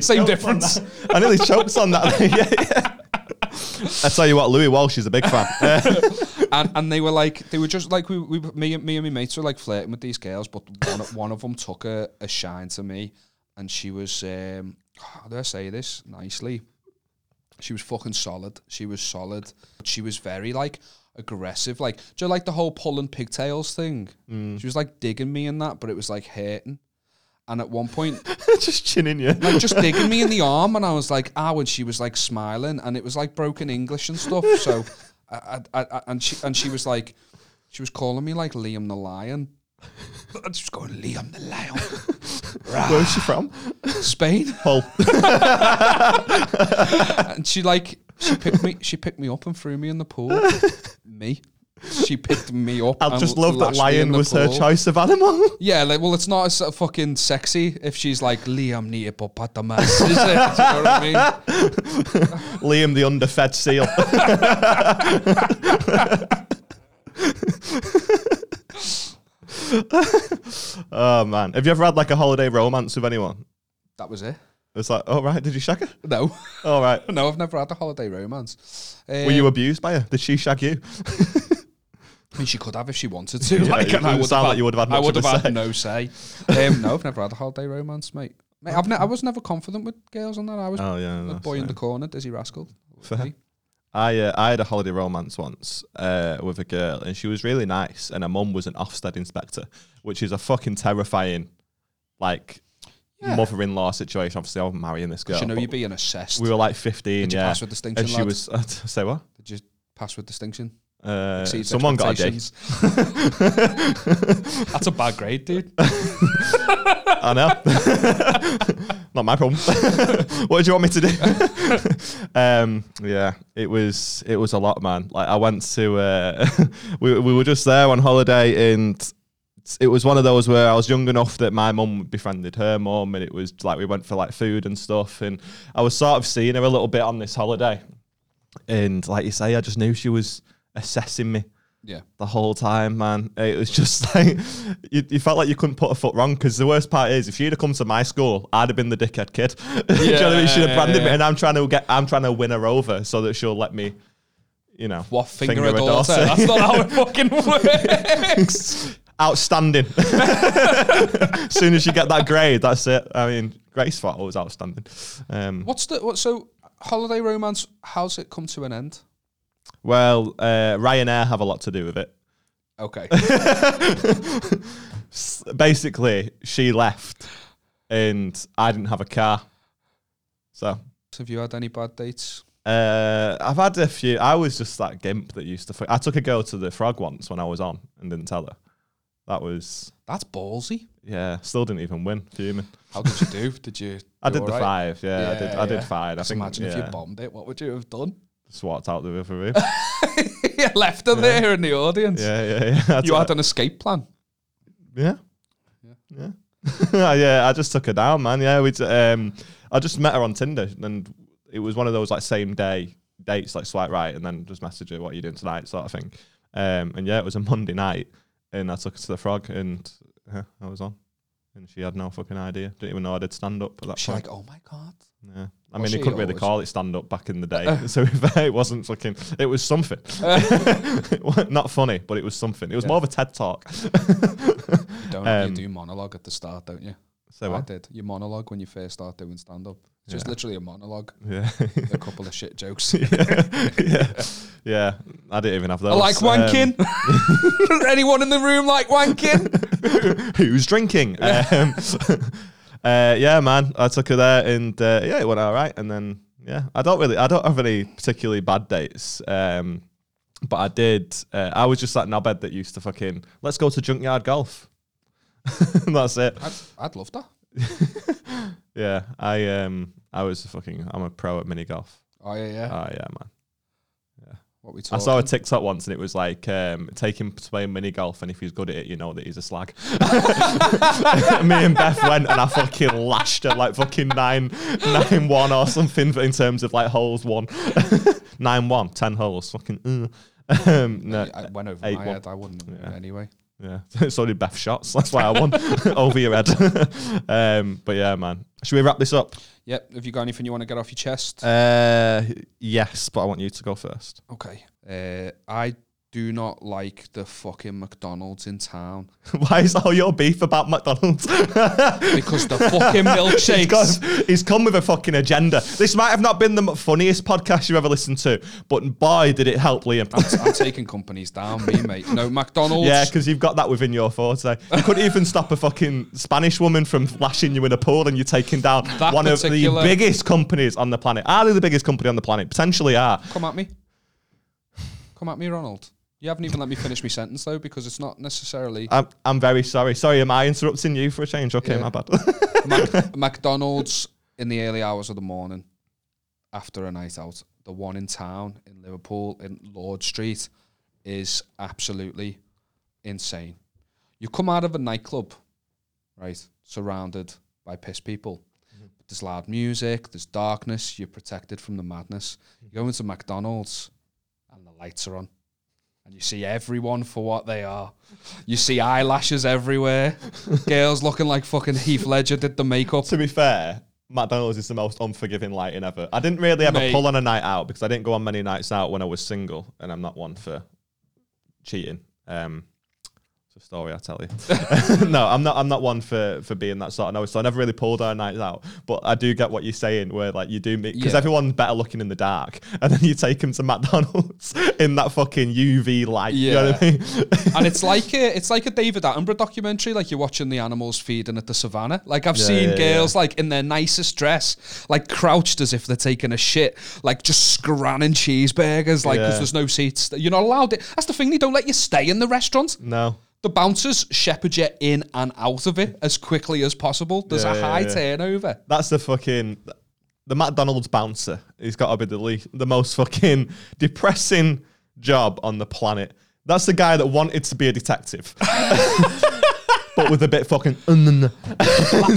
A: Same
B: Choked on
A: difference.
B: that. I nearly choked on that. yeah, yeah. I tell you what, Louis Walsh is a big fan. Uh,
A: and and they were like they were just like we, we me and me and my mates were like flirting with these girls, but one of- one of them took a, a shine to me, and she was um, how do I say this nicely? She was fucking solid. She was solid. She was very like aggressive. Like do you like the whole pulling pigtails thing? She was like digging me in that, but it was like hurting. And at one point,
B: just chinning you.
A: like just digging me in the arm, and I was like, ah, and she was like smiling, and it was like broken English and stuff. So, I, I, I, I- and she and she was like, she was calling me like Liam the Lion. I was going Liam the Lion,
B: Where's she from?
A: Spain,
B: Hull.
A: and she like she picked me, she picked me up and threw me in the pool. me, she picked me up.
B: I
A: and
B: just love that
A: lashed me in
B: lion
A: the
B: was her
A: pool.
B: choice of animal.
A: Yeah, like well, it's not as uh, fucking sexy if she's like Liam the hippopotamus, is it? Do you know what I mean?
B: Liam the underfed seal. oh man. Have you ever had like a holiday romance with anyone?
A: That was it.
B: It's like, oh right, did you shag her?
A: No.
B: All right.
A: No, I've never had a holiday romance. Um,
B: Were you abused by her? Did she shag you?
A: I mean, she could have if she wanted to.
B: Yeah,
A: like,
B: it
A: and I
B: doesn't
A: would
B: sound
A: have
B: like you would have had
A: I
B: much
A: would
B: of
A: have
B: a
A: had no say. Um, no, I've never had a holiday romance, mate. Mate, I've ne- I was never confident with girls on that. I was
B: Oh yeah.
A: the
B: no,
A: boy in
B: same.
A: the corner, Dizzy Rascal.
B: Fair. I uh, I had a holiday romance once uh, with a girl, and she was really nice, and her mum was an Ofsted inspector, which is a fucking terrifying, like
A: Yeah.
B: mother-in-law situation. Obviously, I'm marrying this girl.
A: You know,
B: but
A: you're being assessed.
B: we were like 15,
A: Did you
B: yeah,
A: pass with distinction,
B: and she
A: lad?
B: was say what?
A: Did you pass with distinction?
B: Uh,
A: Exceeds
B: someone got a D.
A: expectations. That's a bad grade, dude.
B: I know. Not my problem. what did you want me to do? um, yeah, it was it was a lot, man. Like I went to uh, we we were just there on holiday and. It was one of those where I was young enough that my mum befriended her mum, and it was like we went for like food and stuff, and I was sort of seeing her a little bit on this holiday, And like you say, I just knew she was assessing me
A: Yeah.
B: the whole time, man. It was just like you, you felt like you couldn't put a foot wrong because the worst part is if you'd have come to my school, I'd have been the dickhead kid. Do you know what I mean? She'd have branded me,
A: Yeah.
B: and I'm trying to get, I'm trying to win her over so that she'll let me, you know,
A: What finger, a daughter? That's not how it fucking works.
B: outstanding. soon as you get that grade, that's it. I mean, Grace thought I was outstanding. Um,
A: What's the what? So holiday romance? How's it come to an end?
B: well, uh, Ryanair have a lot to do with it.
A: Okay.
B: S- Basically, she left, and I didn't have a car, so.
A: have you had any bad dates?
B: Uh, I've had a few. I was just that gimp that used to. F- I took a girl to the frog once when I was on and didn't tell her. That was
A: That's ballsy.
B: yeah. Still didn't even win. Fuming.
A: How did you do? Did you?
B: I
A: do
B: did
A: all
B: the
A: right?
B: five. Yeah, I did.
A: Yeah,
B: I did
A: yeah.
B: five. I
A: Just
B: think.
A: imagine if
B: yeah,
A: you bombed it, what would you have done?
B: Just walked out the other room.
A: you left her there in the audience.
B: yeah, yeah, yeah. I
A: You
B: took-
A: had an escape plan.
B: Yeah. Yeah. Yeah. I just took her down, man. Yeah, we. T- um, I just met her on Tinder, and it was one of those like same day dates, like swipe right, and then just message her, "What are you doing tonight?" sort of thing. Um, and yeah, it was a Monday night, and I took her to the Frog, and yeah, I was on, and she had no fucking idea. Didn't even know I did stand up at that
A: She's
B: point.
A: like, oh my god.
B: yeah. I
A: Was
B: mean,
A: she
B: they couldn't really
A: always-
B: call it stand up back in the day, so it wasn't fucking. It was something. It wa- Not funny, but it was something. It was
A: Yeah.
B: more of a TED talk.
A: You don't
B: Um,
A: you do monologue at the start, don't you?
B: So uh,
A: I
B: what?
A: did. You monologue when you first start doing stand up. It's just
B: Yeah.
A: literally a monologue,
B: Yeah.
A: with a couple of shit jokes.
B: yeah. yeah. I didn't even have those.
A: I like wanking. Anyone in the room like wanking?
B: Um, who's drinking? Um, uh, yeah, man. I took her there and uh, yeah, it went all right. And then, yeah, I don't really, I don't have any particularly bad dates. Um, but I did, uh, I was just that knobhead that used to fucking, let's go to Junkyard Golf. That's it.
A: I'd, I'd love that.
B: Yeah. I, um, I was a fucking, I'm a pro at mini golf.
A: Oh yeah, yeah.
B: Oh, yeah, man.
A: what we
B: I
A: talking?
B: saw a TikTok once and it was like, um, take him to play mini golf, and if he's good at it, you know that he's a slag. Me and Beth went and I fucking lashed her like fucking 9 nine 1 or something in terms of like holes one. 9 1, 10 holes. Fucking. Uh. Um, no,
A: I went over
B: eight
A: my
B: one.
A: head. I wouldn't have known
B: Yeah.
A: anyway.
B: yeah. so did Beth shots. That's why I won over your head. um, but yeah, man. Should we wrap this up?
A: Yep. Have you got anything you want to get off your chest?
B: Uh, yes, but I want you to go first.
A: okay. Uh, I do not like the fucking McDonald's in town
B: why is all your beef about McDonald's?
A: because the fucking
B: He's,
A: milkshakes.
B: got- he's come with a fucking agenda. This might have not been the funniest podcast you ever listened to, but boy, did it help Liam.
A: I'm taking companies down, me mate. No McDonald's.
B: Yeah, because you've got that within your forte. You couldn't even stop a fucking Spanish woman from lashing you in a pool and you're taking down
A: That
B: one
A: particular-
B: of the biggest companies on the planet. Are they the biggest company on the planet? Potentially are.
A: Come at me. Come at me, Ronald. You haven't even let me finish my sentence though, because it's not necessarily
B: I'm, I'm very sorry. Sorry, am I interrupting you for a change? Okay,
A: Yeah.
B: my bad.
A: Mac- McDonald's in the early hours of the morning after a night out. The one in town in Liverpool in Lord Street is absolutely insane. You come out of a nightclub, right, surrounded by piss people. There's loud music, there's darkness, you're protected from the madness. You go into McDonald's and the lights are on. And you see everyone for what they are. You see eyelashes everywhere. Girls looking like fucking Heath Ledger did the makeup.
B: to be fair, McDonald's is the most unforgiving lighting ever. I didn't really have a
A: Mate.
B: pull on a night out because I didn't go on many nights out when I was single, and I'm not one for cheating. Um, it's a story I tell you. no, I'm not. I'm not one for for being that sort of no. So I never really pulled on nights out, but I do get what you're saying. Where like you do meet because
A: Yeah.
B: everyone's better looking in the dark, and then you take them to McDonald's in that fucking UV light. You know what I mean?
A: and it's like a, it's like a David Attenborough documentary. Like you're watching the animals feeding at the savannah. Like I've seen
B: yeah,
A: girls like in their nicest dress, like crouched as if they're taking a shit, like just scranning cheeseburgers, like because
B: Yeah.
A: there's no seats. You're not allowed. It. That's the thing. They don't let you stay in the restaurant.
B: no.
A: The bouncers shepherd you in and out of it as quickly as possible. There's
B: Yeah,
A: a
B: yeah,
A: high
B: yeah.
A: turnover.
B: That's the fucking the McDonald's bouncer. He's got to be the le- the most fucking depressing job on the planet. That's the guy that wanted to be a detective. but with a bit fucking.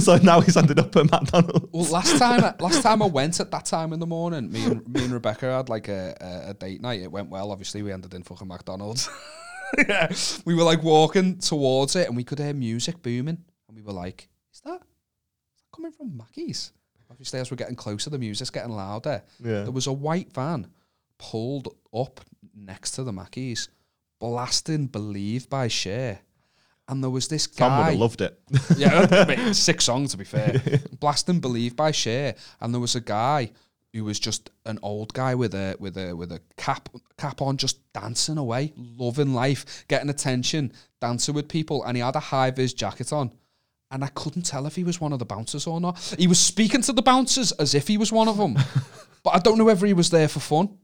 B: so now he's ended up at McDonald's.
A: Well, last time, I, last time I went at that time in the morning, me and me and Rebecca had like a, a, a date night. It went well. Obviously, we ended in fucking McDonald's. yeah, we were like walking towards it, and we could hear music booming, and we were like, "Is that coming from Mackey's?" Obviously, as we're getting closer, the music's getting louder.
B: Yeah.
A: There was a white van pulled up next to the Mackey's, blasting "Believe" by Cher. And there was this
B: Tom would
A: guy.
B: have loved it.
A: Yeah, I mean, six songs to be fair. Blast and Believe by Cher, and there was a guy who was just an old guy with a with a with a cap cap on, just dancing away, loving life, getting attention, dancing with people, and he had a high vis jacket on. And I couldn't tell if he was one of the bouncers or not. He was speaking to the bouncers as if he was one of them, but I don't know whether he was there for fun.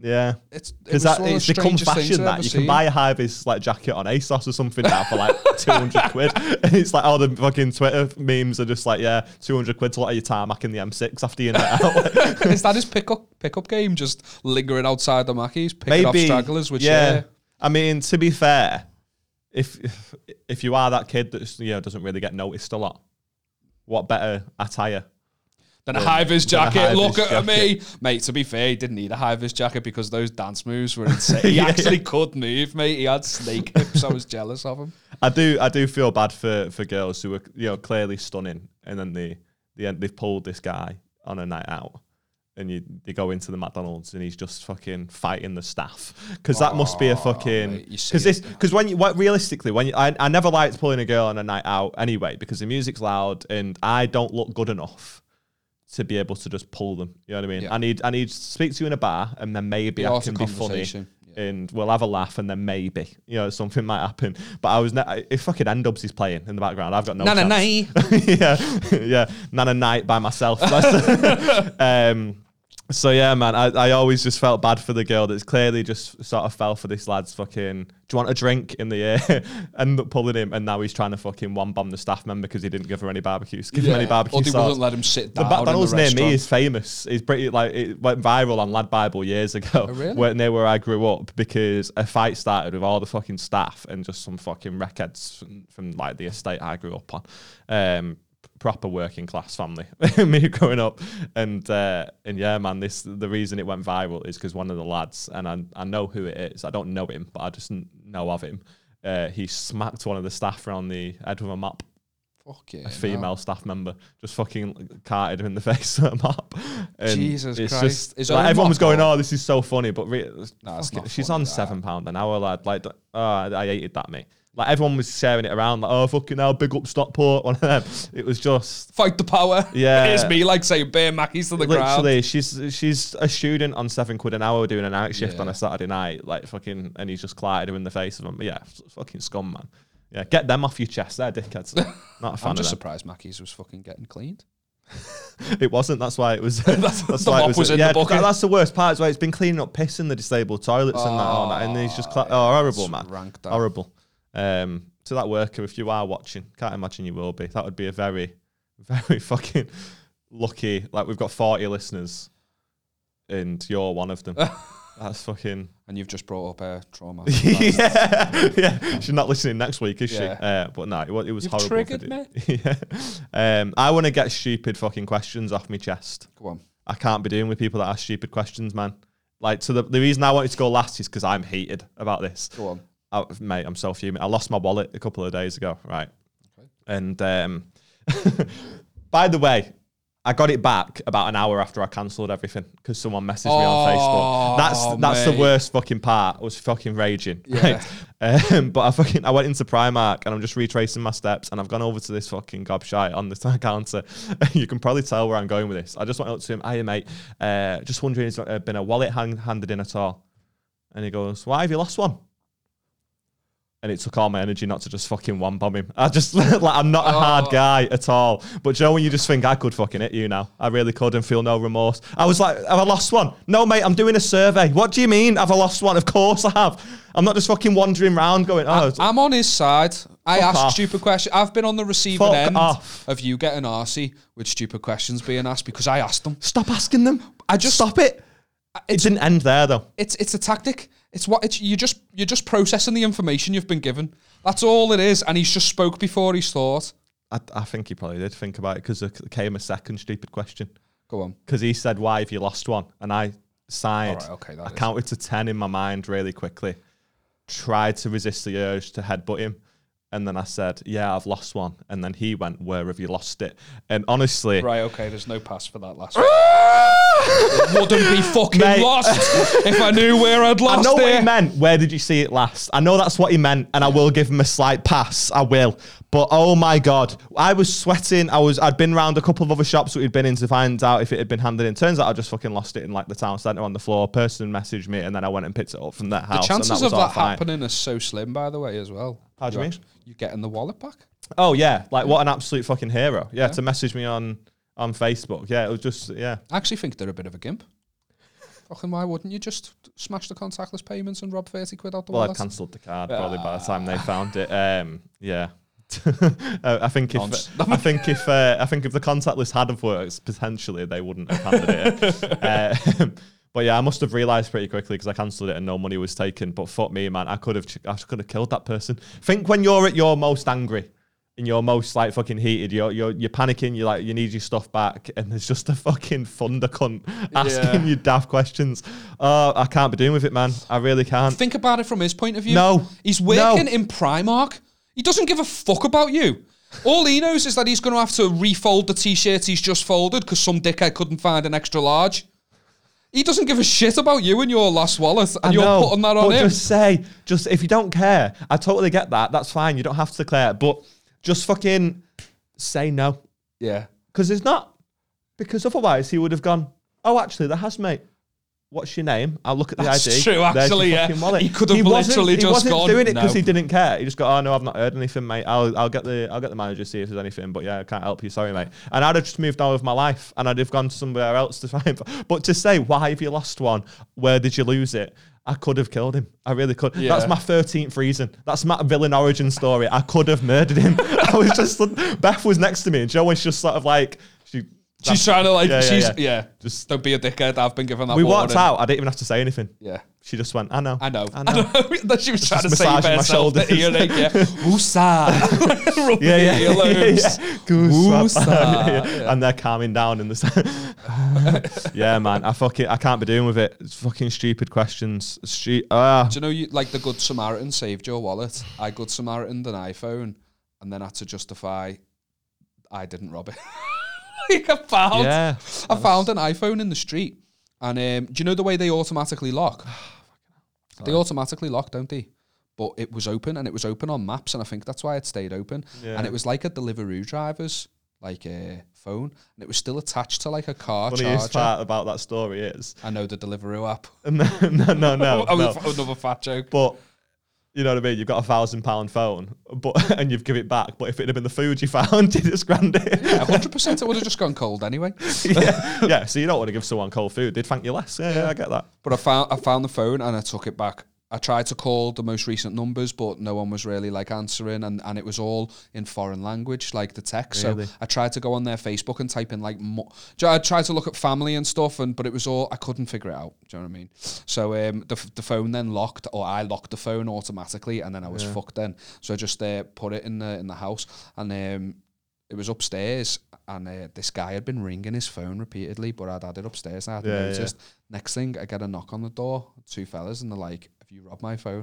B: Yeah.
A: It's it
B: Because
A: was one
B: that
A: of the
B: it's become
A: strangest things
B: fashion
A: I've
B: that
A: ever
B: you
A: seen.
B: can buy a high vis like jacket on ASOS or something now for like two hundred quid, and it's like all the fucking Twitter memes are just like yeah, two hundred quid to let your tarmac in the M6 after you night out.
A: Is that his pickup pickup game? Just lingering outside the Mackies, picking up stragglers with Cher.
B: I mean, to be fair, if if- if you are that kid that you know doesn't really get noticed a lot, what better attire?
A: Then a high vis
B: Than a
A: jacket.
B: high-vis
A: Look at
B: jacket.
A: me, mate. To be fair, he didn't need a high vis jacket because those dance moves were insane. He
B: Yeah,
A: actually could move, mate. He had snake hips. I was jealous of him.
B: I do I do feel bad for for girls who are you know clearly stunning, and then they they they've pulled this guy on a night out. And you, they go into the McDonald's and he's just fucking fighting the staff because that must be a fucking
A: mate, you see
B: because
A: it.
B: this because when you what, realistically when you, I I never liked pulling a girl on a night out anyway because the music's loud and I don't look good enough to be able to just pull them. You know what I mean?
A: Yeah.
B: I need I need to speak to you in a bar and then maybe
A: The
B: I
A: art
B: can
A: of
B: be funny
A: conversation, yeah.
B: and we'll have a laugh and then maybe you know something might happen. But I was ne- if fucking end ups is playing in the background. I've got no.
A: Na na
B: chance.
A: na.
B: yeah, yeah, Nana Night by myself. That's- um, so yeah, man, I, I always just felt bad for the girl that's clearly just sort of fell for this lad's fucking. Do you want a drink in the air? Ended up pulling him, and now he's trying to fucking one bomb the staff member because he didn't give her any barbecues. Give him any barbecue
A: or they
B: sauce.
A: wouldn't let him sit
B: The
A: down. in
B: McDonald's
A: the
B: near me
A: restaurant.
B: is famous. It's pretty like it went viral on Lad Bible years ago.
A: Oh, really?
B: Where, near where I grew up, because a fight started with all the fucking staff and just some fucking wreckheads from, from like the estate I grew up on. Um, proper working class family, me growing up, and uh, and yeah, man, this the reason it went viral is because one of the lads, and I I know who it is. I don't know him, but I just kn- know of him. Uh, he smacked one of the staff around the head with a map
A: Fuck yeah,
B: a
A: no.
B: female staff member just fucking carted him in the face with a map. And
A: Jesus
B: it's
A: Christ. Is
B: Just,
A: there
B: like,
A: a
B: everyone was
A: mop
B: going,
A: or-
B: "Oh, this is so funny," but re-
A: Nah, it's
B: fucking-
A: not
B: she's
A: funny,
B: on
A: that.
B: seven pound an hour, lad. Like, don't- oh, I I hated that, mate. Like everyone was sharing it around, like, "Oh, fucking hell, big up Stockport." One of them. It was just
A: Fight the power.
B: Yeah.
A: Here's me like saying bear Mackey's to the ground.
B: literally she's she's a student on seven quid an hour doing a night shift on
A: Yeah.
B: a Saturday night, like fucking, and he's just clattered her in the face of him. Yeah, f- fucking scum, man. Yeah, get them off your chest, they're dickheads. Not a fan
A: I'm
B: of
A: just
B: them.
A: surprised Mackey's was fucking getting cleaned.
B: It wasn't. That's why it was. that's
A: the mop was in the bucket.
B: That's the worst part. Is why it's been cleaning up piss in the disabled toilets and that all that, and he's just cla- oh horrible,
A: it's
B: man,
A: rank that.
B: horrible. Um, to that worker, if you are watching, can't imagine you will be. That would be a very, very fucking lucky. Like we've got forty listeners, and you're one of them. That's fucking
A: And you've just brought up a trauma.
B: yeah, yeah. She's not listening next week, is she?
A: Yeah.
B: Uh, but no, it, wa- it was
A: You've
B: horrible.
A: triggered
B: to do. yeah. Um, I want to get stupid fucking questions off my chest.
A: Go on.
B: I can't be doing with people that ask stupid questions, man. Like, so the, the reason I wanted to go last is because I'm heated about this.
A: Go on.
B: I, mate, I'm so fuming. I lost my wallet a couple of days ago, right?
A: Okay.
B: And um, by the way, I got it back about an hour after I cancelled everything because someone messaged me on
A: Oh,
B: Facebook. That's that's the
A: mate.
B: worst fucking part. I was fucking raging.
A: Yeah.
B: right? Um, but I fucking I went into Primark and I'm just retracing my steps and I've gone over to this fucking gobshite on the counter. you can probably tell where I'm going with this. I just went up to him. Hey mate, uh, just wondering has there been a wallet hand- handed in at all? And he goes, Why have you lost one? And it took all my energy not to just fucking one bomb him. I just like I'm not a hard
A: Oh.
B: guy at all. But Joe, when you just think I could fucking hit you now, I really could and feel no remorse. I was like, have I lost one? No, mate, I'm doing a survey. What do you mean? Have I lost one? Of course I have. I'm not just fucking wandering around going, oh, it's-
A: I'm on his side. I
B: Fuck
A: ask
B: off.
A: stupid questions. I've been on the receiving
B: Fuck
A: end
B: off.
A: of you getting arsey with stupid questions being asked because I asked them.
B: stop asking them.
A: I just-
B: stop it. It didn't end there though.
A: It's it's a tactic. It's what it's you just you're just processing the information you've been given. That's all it is. And he's just spoke before he's thought.
B: I, I think he probably did think about it because there came a second stupid question.
A: Go on.
B: Because he said, Why have you lost one? And I sighed.
A: All right, okay, that
B: I
A: is-
B: counted to 10 in my mind really quickly, tried to resist the urge to headbutt him. And then I said, Yeah, I've lost one. And then he went, Where have you lost it? And honestly,
A: Right, okay, there's no pass for that last one. It Wouldn't be fucking
B: Mate.
A: lost if I knew where I'd
B: I
A: lost
B: know what he
A: it.
B: meant. Where did you see it last? I know that's what he meant, and I will give him a slight pass. I will. But oh my god, I was sweating. I was. I'd been round a couple of other shops that we'd been in to find out if it had been handed in. Turns out I just fucking lost it in like the town centre on the floor. A person messaged me, and then I went and picked it up from that house.
A: The chances
B: and that was
A: of
B: all
A: that
B: fine.
A: happening are so slim, by the way, as well.
B: How do you mean?
A: act- You getting the wallet back?
B: Oh yeah, like what an absolute fucking hero. Yeah, to message me on on Facebook. Yeah, it was just yeah.
A: I actually think they're a bit of a gimp. Fucking why wouldn't you just smash the contactless payments and rob 30 quid out the
B: Well, I'd
A: wallet?
B: cancelled the card probably by the time they found it. Um, yeah. Uh, I think
A: Nonce.
B: if I think if uh, I think if the contact list had have worked, potentially they wouldn't have handed it. Uh, but yeah, I must have realised pretty quickly because I cancelled it and no money was taken. But fuck me, man, I could have ch- I could have killed that person. Think when you're at your most angry and you're most like fucking heated, you're you're, you're panicking, you like you need your stuff back, and there's just a fucking thunder cunt asking
A: Yeah.
B: you daft questions. Oh, I can't be doing with it, man. I really can't.
A: Think about it from his point of view.
B: No.
A: He's
B: No.
A: working in Primark. He doesn't give a fuck about you. All he knows is that he's going to have to refold the t shirt he's just folded because some dickhead couldn't find an extra large. He doesn't give a shit about you and your last wallet, and
B: I
A: you're
B: know,
A: putting that on
B: but
A: him.
B: Just say, just if you don't care, I totally get that. That's fine. You don't have to declare, but just fucking say no,
A: yeah.
B: because it's not. Because otherwise, he would have gone. Oh, actually, there has, mate. What's your name? I'll look at the
A: That's
B: ID.
A: true,
B: There's your
A: actually, yeah.
B: fucking wallet.
A: He could have
B: wasn't-
A: literally
B: he
A: just
B: wasn't
A: gone,
B: doing it because
A: "No."
B: he didn't care. He just got, oh no, I've not heard anything, mate. I'll, I'll get the, I'll get the manager to see if there's anything. But yeah, I can't help you. Sorry, mate. And I'd have just moved on with my life, and I'd have gone somewhere else to find. But to say, why have you lost one? Where did you lose it? I could have killed him. I really could. That's
A: Yeah.
B: my thirteenth reason. That's my villain origin story. I could have murdered him. I was just. Beth was next to me, and Joe was just sort of like she.
A: She's trying to, like,
B: Yeah, yeah,
A: she's,
B: yeah.
A: yeah.
B: Just-
A: Just don't be a dickhead. I've been given that
B: We
A: warning.
B: walked out. I didn't even have to say anything.
A: Yeah.
B: She just went, I know.
A: I know.
B: I
A: I
B: know.
A: know. that she was trying to
B: just
A: say
B: massaging my
A: herself the
B: shoulders.
A: earache. Yeah. Woosa. Rubbing
B: Yeah,
A: the
B: yeah, yeah,
A: earlobes.
B: yeah. Goose
A: Woosah.
B: swap. Yeah, yeah. And they're calming down in the. s- yeah, man. I fucking I can't be doing with it. It's fucking stupid questions. Stu- ah.
A: Do you know you like the Good Samaritan saved your wallet? I Good Samaritan an iPhone, and then had to justify I didn't rob it. like I found,
B: Yeah.
A: I found an iPhone in the street, and um, do you know the way they automatically lock? they automatically lock, don't they? But it was open, and it was open on maps, and I think that's why it stayed open.
B: Yeah.
A: And it was like a Deliveroo driver's like uh, phone, and it was still attached to like a car
B: Funniest
A: charger.
B: part about that story is
A: I know the Deliveroo app.
B: no, no, no, no.
A: oh,
B: Oh, no.
A: another fat joke.
B: But you know what I mean. You've got a thousand pound phone, but and you've give it back. But if it had been the food you found, you'd just grand it.
A: Yeah, 100% it would have just gone cold anyway.
B: yeah. yeah, so you don't want to give someone cold food. They'd thank you less. Yeah, yeah, I get that.
A: But I found I found the phone and I took it back. I tried to call the most recent numbers, but no one was really like answering, and, and it was all in foreign language, like the text.
B: Really?
A: So I tried to go on their Facebook and type in like, mo- Do you know, I tried to look at family and stuff, and but it was all I couldn't figure it out. Do you know what I mean? So um, the f- the phone then locked, or I locked the phone automatically, and then I was fucked then. So I just uh, put it in the in the house, and um, it was upstairs, and uh, this guy had been ringing his phone repeatedly, but I'd had it upstairs. And I hadn't
B: Yeah, yeah.
A: noticed. Next thing, I get a knock on the door, two fellas, and they're like, "Have you robbed my phone?"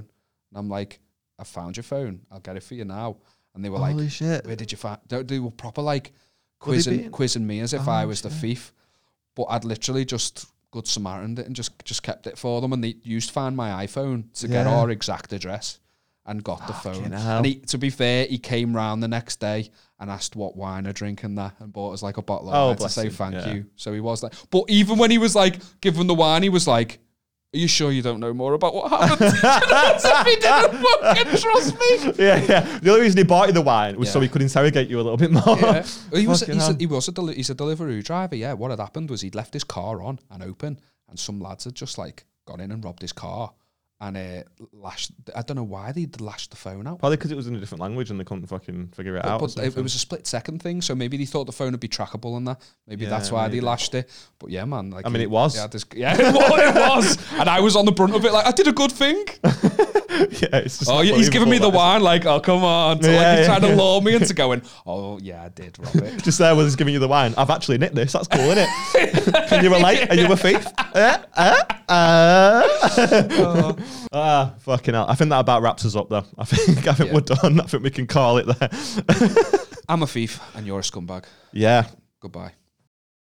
A: And I'm like, "I found your phone. I'll get it for you now." And
B: Oh,
A: they were like,
B: shit!
A: "Where did you find?" They, they were proper like
B: Were they
A: quizzing
B: being-
A: quizzing me as if I
B: Oh,
A: was the
B: shit.
A: thief, but I'd literally just good Samaritan it and just just kept it for them, and they used find my iPhone to get
B: Yeah.
A: our exact address. And got the phone.
B: hell.
A: And he, to be fair, he came round the next day and asked what wine I drink and that, and bought us like a bottle of
B: Oh,
A: wine to
B: bless
A: say
B: him,
A: thank
B: yeah.
A: you. So he was like, but even when he was like given the wine, he was like, "Are you sure you don't know more about what happened?" As if he didn't fucking trust me.
B: Yeah, yeah. The only reason he bought you the wine was so
A: Yeah.
B: he could interrogate you a little bit more.
A: Yeah. he was
B: Fucking
A: he's a,
B: hell.
A: he was a deli- he's a delivery driver. Yeah, what had happened was he'd left his car on and open, and some lads had just like gone in and robbed his car, and uh, lashed. I don't know why they lashed the phone out.
B: Probably because it was in a different language and they couldn't fucking figure it
A: But-
B: out. or
A: But, it, it
B: something.
A: was a split second thing, so maybe they thought the phone would be trackable and that. Maybe
B: Yeah,
A: that's why
B: maybe.
A: they lashed it. But yeah, man. Like
B: I mean,
A: he-
B: it was.
A: Yeah, this, yeah it was. It was. and I was on the brunt of it. Like I did a good thing.
B: yeah, it's just
A: Oh,
B: not
A: yeah, he's giving me the
B: believable,
A: wine. Like, oh come on. So,
B: Yeah,
A: like, he's
B: yeah,
A: trying to
B: yeah.
A: lure me into going. Oh yeah, I did,
B: that.
A: Robert.
B: Just there, was he's giving you the wine. I've actually nicked this. That's cool, isn't it? Can you relate? Are you a thief? Eh? Eh? Eh?
A: Oh.
B: Ah, fucking hell. I think that about wraps us up, though. I think I think
A: Yeah.
B: we're done. I think we can call it there.
A: I'm a thief, and you're a scumbag.
B: yeah.
A: Goodbye.